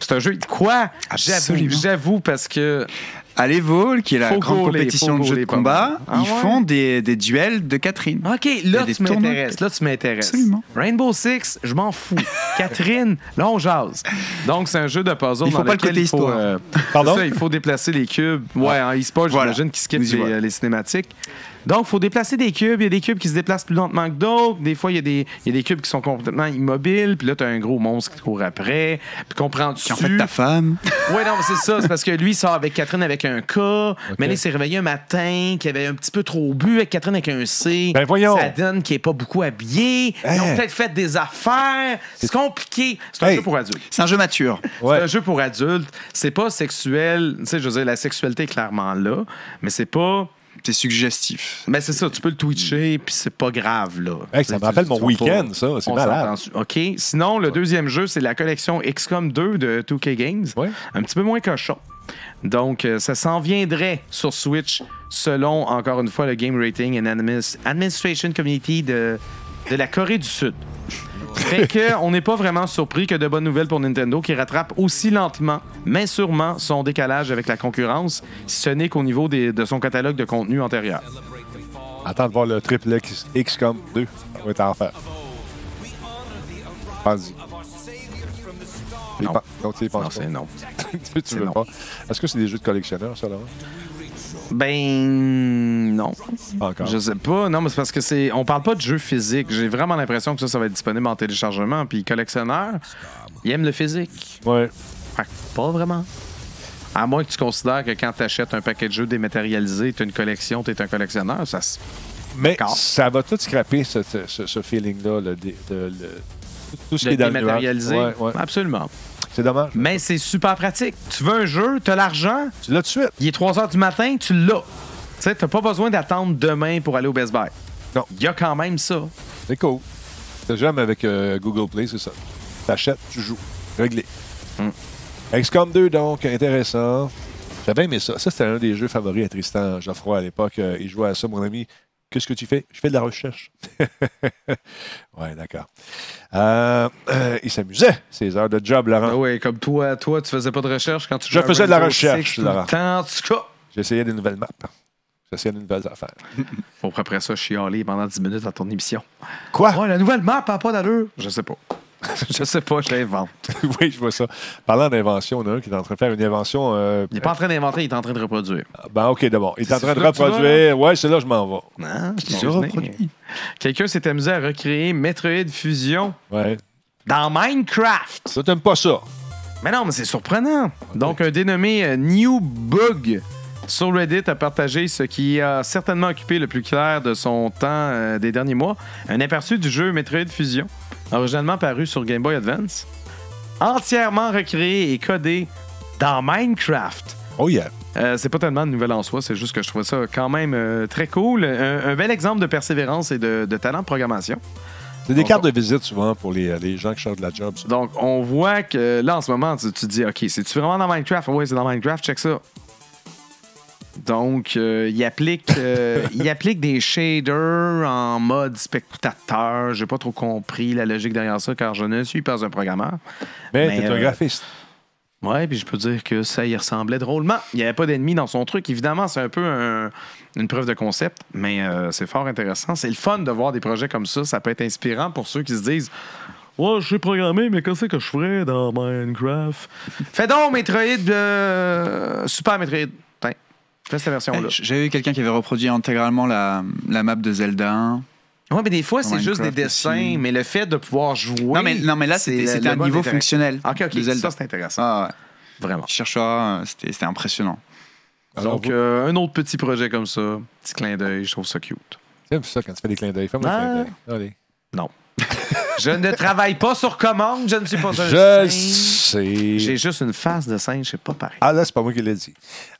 C'est un jeu. Quoi? J'avoue,
Absolument.
j'avoue, parce que
À l'Evol, qui est la
Faut
grande
gauler,
compétition de
faut
jeux de
gauler pas
combat,
mal. Ah
ils
ouais? Ah,
font des, des duels de Catherine.
OK,
y a
là,
des
tu
tournois.
m'intéresses. Là, tu m'intéresses.
Absolument.
Rainbow Six, je m'en fous. Catherine, là, on jase. Donc, c'est un jeu de puzzle
Il faut
dans
pas le
lequel
côté
il faut...
histoire.
euh,
Pardon?
c'est ça, il faut déplacer les cubes. Ouais, en e-sport,
Voilà.
j'imagine qu'ils
Nous y
skippent les,
voilà.
euh, les cinématiques. Donc, il faut déplacer des cubes. Il y a des cubes qui se déplacent plus lentement que d'autres. Des fois, il y, a des- il y a des cubes qui sont complètement immobiles. Puis là, tu as un gros monstre qui te court après. Puis qu'on prend dessus.
Qui en fait ta femme.
Oui, non, mais c'est ça. C'est parce que lui, il sort avec Catherine avec un K. Mais là, il s'est réveillé un matin, qu'il avait un petit peu trop bu avec Catherine avec un C.
Ben, voyons.
Ça donne qu'il n'est pas beaucoup habillé. Ils ont
Hein.
peut-être fait des affaires. C'est compliqué. C'est un
Hey.
jeu pour adultes.
C'est un jeu mature.
Ouais.
C'est un jeu pour adultes. C'est pas sexuel. Tu sais, je veux dire, la sexualité est clairement là. Mais c'est pas.
C'est suggestif.
Mais Ben, c'est ça, tu peux le twitcher, puis c'est pas grave, là.
Mm.
Ben,
Hey, ça me rappelle mon
Tu vas
week-end,
pas-
ça. C'est
on
malade.
s'entend- OK. Sinon, le deuxième jeu, c'est la collection XCOM 2 de 2K Games.
Ouais.
Un petit peu moins cochon. Donc, euh, ça s'en viendrait sur Switch selon, encore une fois, le Game Rating and Admis- Administration Community de, de la Corée du Sud. Fait que on n'est pas vraiment surpris que de bonnes nouvelles pour Nintendo qui rattrape aussi lentement, mais sûrement, son décalage avec la concurrence, si ce n'est qu'au niveau des- de son catalogue de contenu antérieur.
Attends de voir le triple X, XCOM 2. Ça va être enfer. Pense-y. T'y
Non.
pen- Non, tu y penses
Non,
pas.
c'est non.
Tu veux- tu veux
non.
pas. Est-ce que c'est des jeux de collectionneurs, ça, là?
Ben non.
Encore.
Je sais pas. Non, mais c'est parce que c'est. On parle pas de jeu physique. J'ai vraiment l'impression que ça, ça va être disponible en téléchargement. Puis collectionneur, il aime le physique.
Ouais.
Fait que pas vraiment. À moins que tu considères que quand tu achètes un paquet de jeux dématérialisé, tu une collection, tu es un collectionneur, ça se.
Mais
D'accord.
ça va tout scraper, ce, ce- ce- ce feeling-là, le dé- de- le- tout ce
de
qui est dans le nuage.
dématérialisé.
Ouais, ouais.
Absolument.
C'est dommage.
Mais c'est super pratique. Tu veux un jeu, tu as l'argent,
Tu l'as tout de suite.
il est 3 h du matin, tu l'as. Tu sais, t'as pas besoin d'attendre demain pour aller au Best Buy.
Non.
Il y a quand même ça.
C'est cool. C'est jamais avec euh, Google Play, c'est ça. T'achètes, tu joues. Réglé. XCOM 2, donc, intéressant. J'avais aimé ça. Ça, c'était un des jeux favoris à Tristan Geoffroy à l'époque. Euh, Il jouait à ça, mon ami. Qu'est-ce que tu fais? Je fais de la recherche. ouais, d'accord. Euh, euh, il s'amusait, ces heures de job, Laurent.
Ah ouais, comme toi, toi, tu faisais pas de recherche quand tu
Je
jouais à
faisais de la
Rainbow
recherche,
Six tout
Laurent.
le temps. En tout cas,
J'essayais des nouvelles maps. J'essayais des nouvelles affaires.
Pour après ça, chialer pendant 10 minutes à ton émission.
Quoi?
Ouais, la nouvelle map a pas d'allure. Je sais pas. je sais pas, je l'invente.
oui, je vois ça. Parlant d'invention, on a un qui est en train de faire une invention. euh,
Il est pas en train d'inventer, il est en train de reproduire.
Ben, OK, d'abord. Il est en
C'est
train de
ça que tu vas,
reproduire. Ouais, c'est là je m'en vais.
Non, je
Je reproduis.
Quelqu'un s'est amusé à recréer Metroid Fusion
Ouais.
dans Minecraft.
Ça, t'aimes pas ça.
Mais non, mais c'est surprenant. Donc, un dénommé euh, New Bug sur Reddit a partagé ce qui a certainement occupé le plus clair de son temps euh, des derniers mois, un aperçu du jeu Metroid Fusion, originalement paru sur Game Boy Advance, entièrement recréé et codé dans Minecraft.
Oh, yeah.
Euh, c'est pas tellement de nouvelle en soi, c'est juste que je trouvais ça quand même euh, très cool. Un, un bel exemple de persévérance et de, de talent de programmation.
C'est des
Encore.
cartes de visite souvent pour les, euh, les gens qui cherchent de la job. ça.
Donc, on voit que là, en ce moment, tu, tu te dis, OK, c'est-tu vraiment dans Minecraft? Oui, c'est dans Minecraft, check ça. Donc, euh, il, applique, euh, il applique des shaders en mode spectateur. J'ai pas trop compris la logique derrière ça, car je ne suis pas un programmeur.
Mais,
Mais,
t'es un
euh,
graphiste.
Ouais, puis je peux dire que ça y ressemblait drôlement. Il n'y avait pas d'ennemis dans son truc. Évidemment, c'est un peu un- une preuve de concept, mais euh, c'est fort intéressant. C'est le fun de voir des projets comme ça. Ça peut être inspirant pour ceux qui se disent Ouais, je suis programmé, mais qu'est-ce que je ferais dans Minecraft Fais donc Metroid, euh, Super Metroid. Tiens, fais cette version-là.
Hey, J'ai eu quelqu'un qui avait reproduit intégralement la, la map de Zelda 1.
Ouais, mais des fois, c'est juste des
Minecraft aussi.
dessins, mais le fait de pouvoir jouer.
non, mais, non, mais là,
c'est
c'était
le-
c'était
le
un
mode
niveau
d'interaction.
fonctionnel.
Ok,
de
ok,
Zelda.
ça c'est intéressant.
Ah, ouais.
Vraiment.
Tu chercheras, euh, c'était c'était impressionnant.
Alors,
Donc,
vous-
euh, un autre petit projet comme ça, petit clin d'œil, je trouve ça cute.
T'aimes ça quand tu fais des clins d'œil. Fais-moi un clin
Ah.
d'œil. Allez.
Je ne travaille pas sur commande, je ne suis pas un
Je le
singe.
sais.
J'ai juste une face de singe, c'est pas pareil.
Ah là, c'est pas moi qui l'ai dit.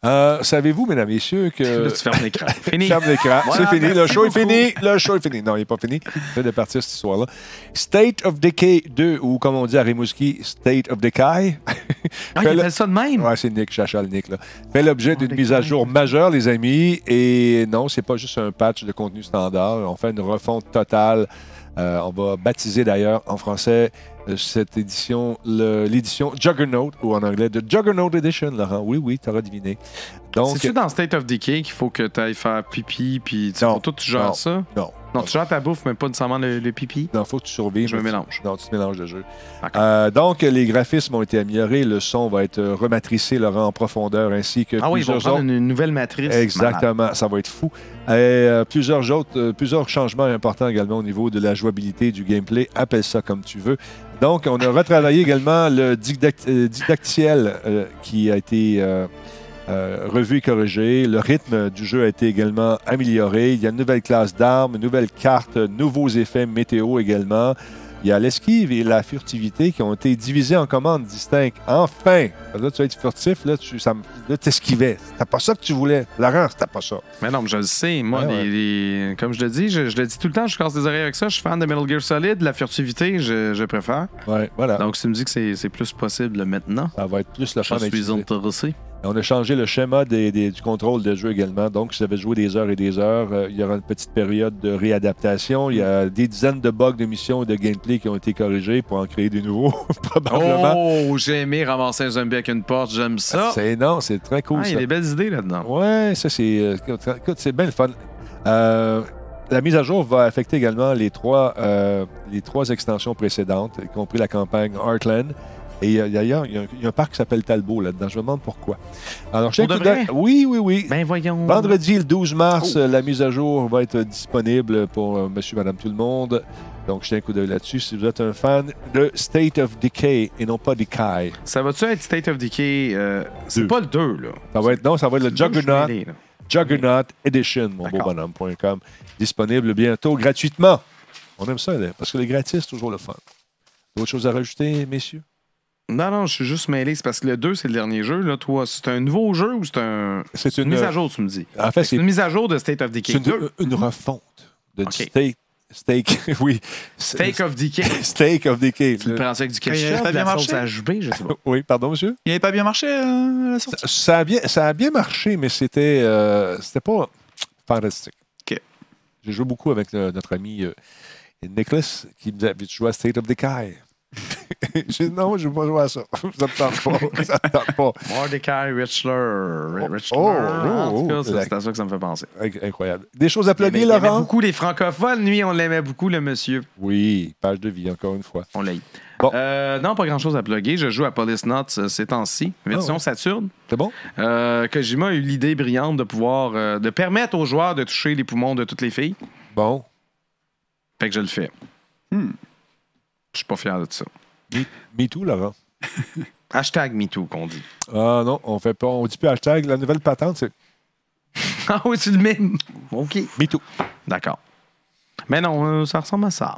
Euh, Savez-vous, mesdames et messieurs, que.
Là, tu fermes l'écran. Fini.
Euh, Ferme l'écran.
Voilà,
c'est fini. Le
merci
show est
beaucoup.
fini. Le show est fini. Non, il n'est pas fini. C'est de partir cette histoire-là. State of Decay 2, ou comme on dit à Rimouski, State of Decay.
Ah, il
Fait le-
appelle ça de même.
Ouais, c'est Nick Chachal, Nick. Là. Fait
Ah,
l'objet
ben,
d'une mise à jour majeure, les amis. Et non, c'est pas juste un patch de contenu standard. On fait une refonte totale. Euh, on va baptiser d'ailleurs en français euh, cette édition, le- l'édition Juggernaut, ou en anglais, The Juggernaut Edition, Laurent. Oui, oui, t'auras deviné. Donc,
C'est-tu dans State of Decay qu'il faut que tu ailles faire pipi, puis tu
Non,
pour toi, tu gères
non.
ça?
non.
Non, tu gères ta bouffe, mais pas nécessairement le, le pipi.
Il faut que tu survives.
Je me
mais tu-
mélange.
Non, tu te mélanges de jeu.
D'accord.
Euh, donc, les graphismes ont été améliorés. Le son va être euh, rematricé, Laurent, en profondeur, ainsi que
Ah oui, ils vont
plusieurs autres.
prendre une, une nouvelle matrice.
Exactement, ça va être fou. Et, euh, plusieurs, autres, euh, plusieurs changements importants également au niveau de la jouabilité du gameplay. Appelle ça comme tu veux. Donc, on a retravaillé également le didact- euh, didactiel euh, qui a été euh, euh, revu et corrigé. Le rythme du jeu a été également amélioré. Il y a une nouvelle classe d'armes, une nouvelle carte, euh, nouveaux effets météo également. Il y a l'esquive et la furtivité qui ont été divisées en commandes distinctes. Enfin! Là, tu vas être furtif, là, tu ça me- là, t'esquivais. C'était pas ça que tu voulais. Laurent, c'était pas ça.
Mais non, mais je le sais. Moi,
Ouais, ouais.
les- les- comme je le dis, je, je le dis tout le temps, je casse des oreilles avec ça. Je suis fan de Metal Gear Solid, la furtivité, je, je préfère.
Ouais, voilà.
Donc, si tu me dis que c'est c'est plus possible maintenant,
ça va être plus le fun
je
à
suis
utiliser.
intéressé.
Et On a changé le schéma des- des- du contrôle de jeu également. Donc, si vous avez joué des heures et des heures, euh, il y aura une petite période de réadaptation. Il y a des dizaines de bugs de missions et de gameplay qui ont été corrigés pour en créer des nouveaux, probablement.
Oh, j'ai aimé ramasser un zombie avec une porte, j'aime ça.
Ah, C'est non, c'est très cool.
Ah, il y
ça.
a des belles idées là-dedans.
Ouais, ça c'est. euh, écoute, écoute, c'est bien le fun. Euh, la mise à jour va affecter également les trois, euh, les trois extensions précédentes, y compris la campagne Heartland. Et euh, d'ailleurs, il y, a un- il y a un parc qui s'appelle Talbot là-dedans. Je me demande pourquoi. Alors, je
Pour de vrai?
Oui, oui, oui.
Ben Oh. voyons.
Vendredi, le 12 mars, euh, la mise à jour va être disponible pour euh, monsieur, madame, tout le monde. Donc, jetez un coup d'œil là-dessus si vous êtes un fan de State of Decay et non pas Decay.
Ça va-tu être State of Decay? euh, c'est
Deux.
pas le 2, là.
Ça va être, non, ça va être le
Le deux, je suis
Juggernaut.
mêlé, là.
Juggernaut Edition, mon beau
D'accord.
bonhomme.com, disponible bientôt gratuitement. On aime ça, là, parce que les gratis, c'est toujours le fun. D'autres choses à rajouter, messieurs?
Non, non, je suis juste mêlé. C'est parce que le 2, c'est le dernier jeu. Là, toi, c'est un nouveau jeu ou c'est un...
C'est
Euh, une mise à jour, tu me dis?
En fait,
C'est
c'est
une mise à jour de State of
c'est
Decay 2.
une, une refonte de
Ok.
State, Steak, oui.
Take of DK.
Steak of Decay.
Tu le prends avec du ketchup,
pas
de la
bien
sauce
marché.
à jubé, je sais pas.
Oui, pardon, monsieur?
Il n'avait pas bien marché euh, à la sortie.
Ça a bien, ça a bien marché, mais c'était euh, c'était pas fantastique.
OK.
J'ai joué beaucoup avec euh, notre ami euh, Nicholas qui me disait Veux-tu jouer à State of Decay J'ai dit Non, je ne veux pas jouer à ça. ça me tente pas. Ça me tente pas.
Mordecai Richler. Richler.
oh,
en tout cas,
oh,
ça, c'est à ça que ça me fait penser.
Inc- Incroyable. Des choses à
Mais
plugger,
il aimait
Laurent
beaucoup les francophones, lui, on l'aimait beaucoup, le monsieur.
Oui, page de vie, encore une fois.
On l'a eu.
Bon.
Euh, non, pas grand-chose à plugger. Je joue à Police Knots euh, ces temps-ci, version
Ah ouais.
Saturne.
C'est bon
Euh, Kojima a eu l'idée brillante de pouvoir, euh, de permettre aux joueurs de toucher les poumons de toutes les filles.
Bon.
Fait que je le fais. Hmm. Je suis pas fier de ça.
Me, me too, Laurent.
Hashtag MeToo, qu'on dit.
Ah non, on fait pas. On dit plus hashtag. La nouvelle patente, c'est
Ah oui, tu le mimes. OK.
me too.
D'accord. Mais non, euh, ça ressemble à ça.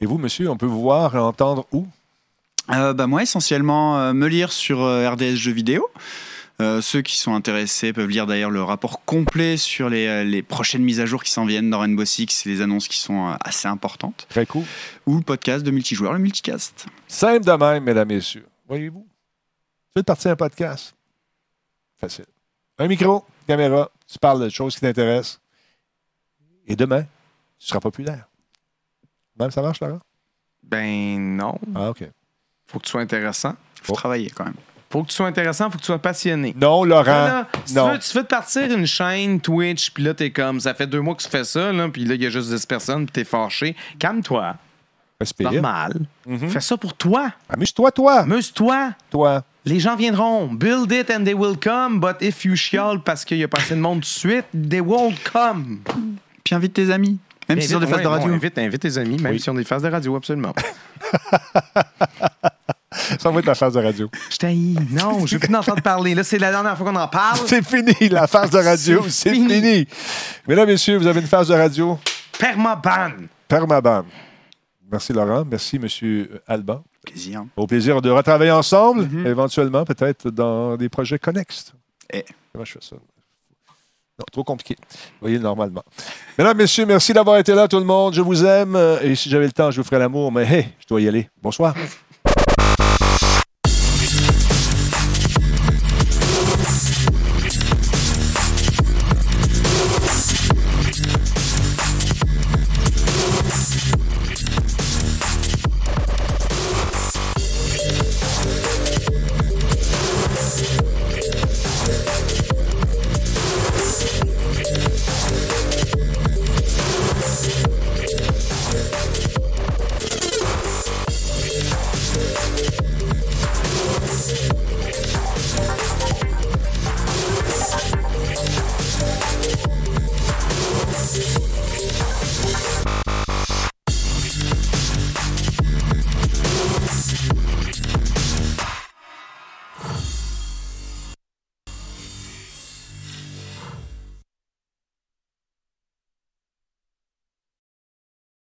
Et vous, monsieur, on peut vous voir et entendre où
Euh, bah, moi, essentiellement, euh, me lire sur euh, RDS Jeux vidéo. Euh, ceux qui sont intéressés peuvent lire d'ailleurs le rapport complet sur les, euh, les prochaines mises à jour qui s'en viennent dans Rainbow Six, les annonces qui sont euh, assez importantes,
Très cool.
ou le podcast de multijoueur, le multicast.
Simple de même, mesdames, messieurs. Voyez-vous? Tu veux partir un podcast? Facile. Un micro, caméra, tu parles de choses qui t'intéressent. Et demain, tu seras populaire. Même ça marche, Laurent?
Ben non.
Ah, OK.
Faut que tu sois intéressant.
Faut
Oh.
travailler quand même.
Faut que tu sois intéressant, faut que tu sois passionné.
Non, Laurent.
Là, là, si tu
non.
veux, tu veux te partir une chaîne Twitch, puis là, t'es comme, ça fait deux mois que tu fais ça, là, puis là, il y a juste 10 personnes, puis t'es fâché. Calme-toi. C'est Mm-hmm.
Respire.
Normal. Fais ça pour toi.
Amuse-toi, toi.
Amuse-toi.
Toi.
Les gens viendront. Build it and they will come, but if you chiale parce qu'il y a pas assez de monde tout de suite, they won't come.
Puis invite tes amis, même si
Invite-
sur des phases
ouais,
de
non,
radio.
invite, invite tes amis, même si on est face de radio, absolument.
Ça va être la phase de radio.
Je t'haïs. Non, je veux plus entendre parler. Là, c'est la dernière fois qu'on en parle.
C'est fini, la phase de radio. C'est
C'est
fini.
fini.
Mesdames, messieurs, vous avez une phase de radio
Permaban.
permaban. Merci, Laurent. Merci, monsieur Alban.
Plaisir.
Au plaisir de retravailler ensemble, éventuellement, peut-être dans des projets connexes.
Eh.
Comment je fais ça? Non, trop compliqué. Vous voyez, normalement. Mesdames, messieurs, merci d'avoir été là, tout le monde. Je vous aime. euh, Et si j'avais le temps, je vous ferais l'amour. Mais hey, je dois y aller. Bonsoir.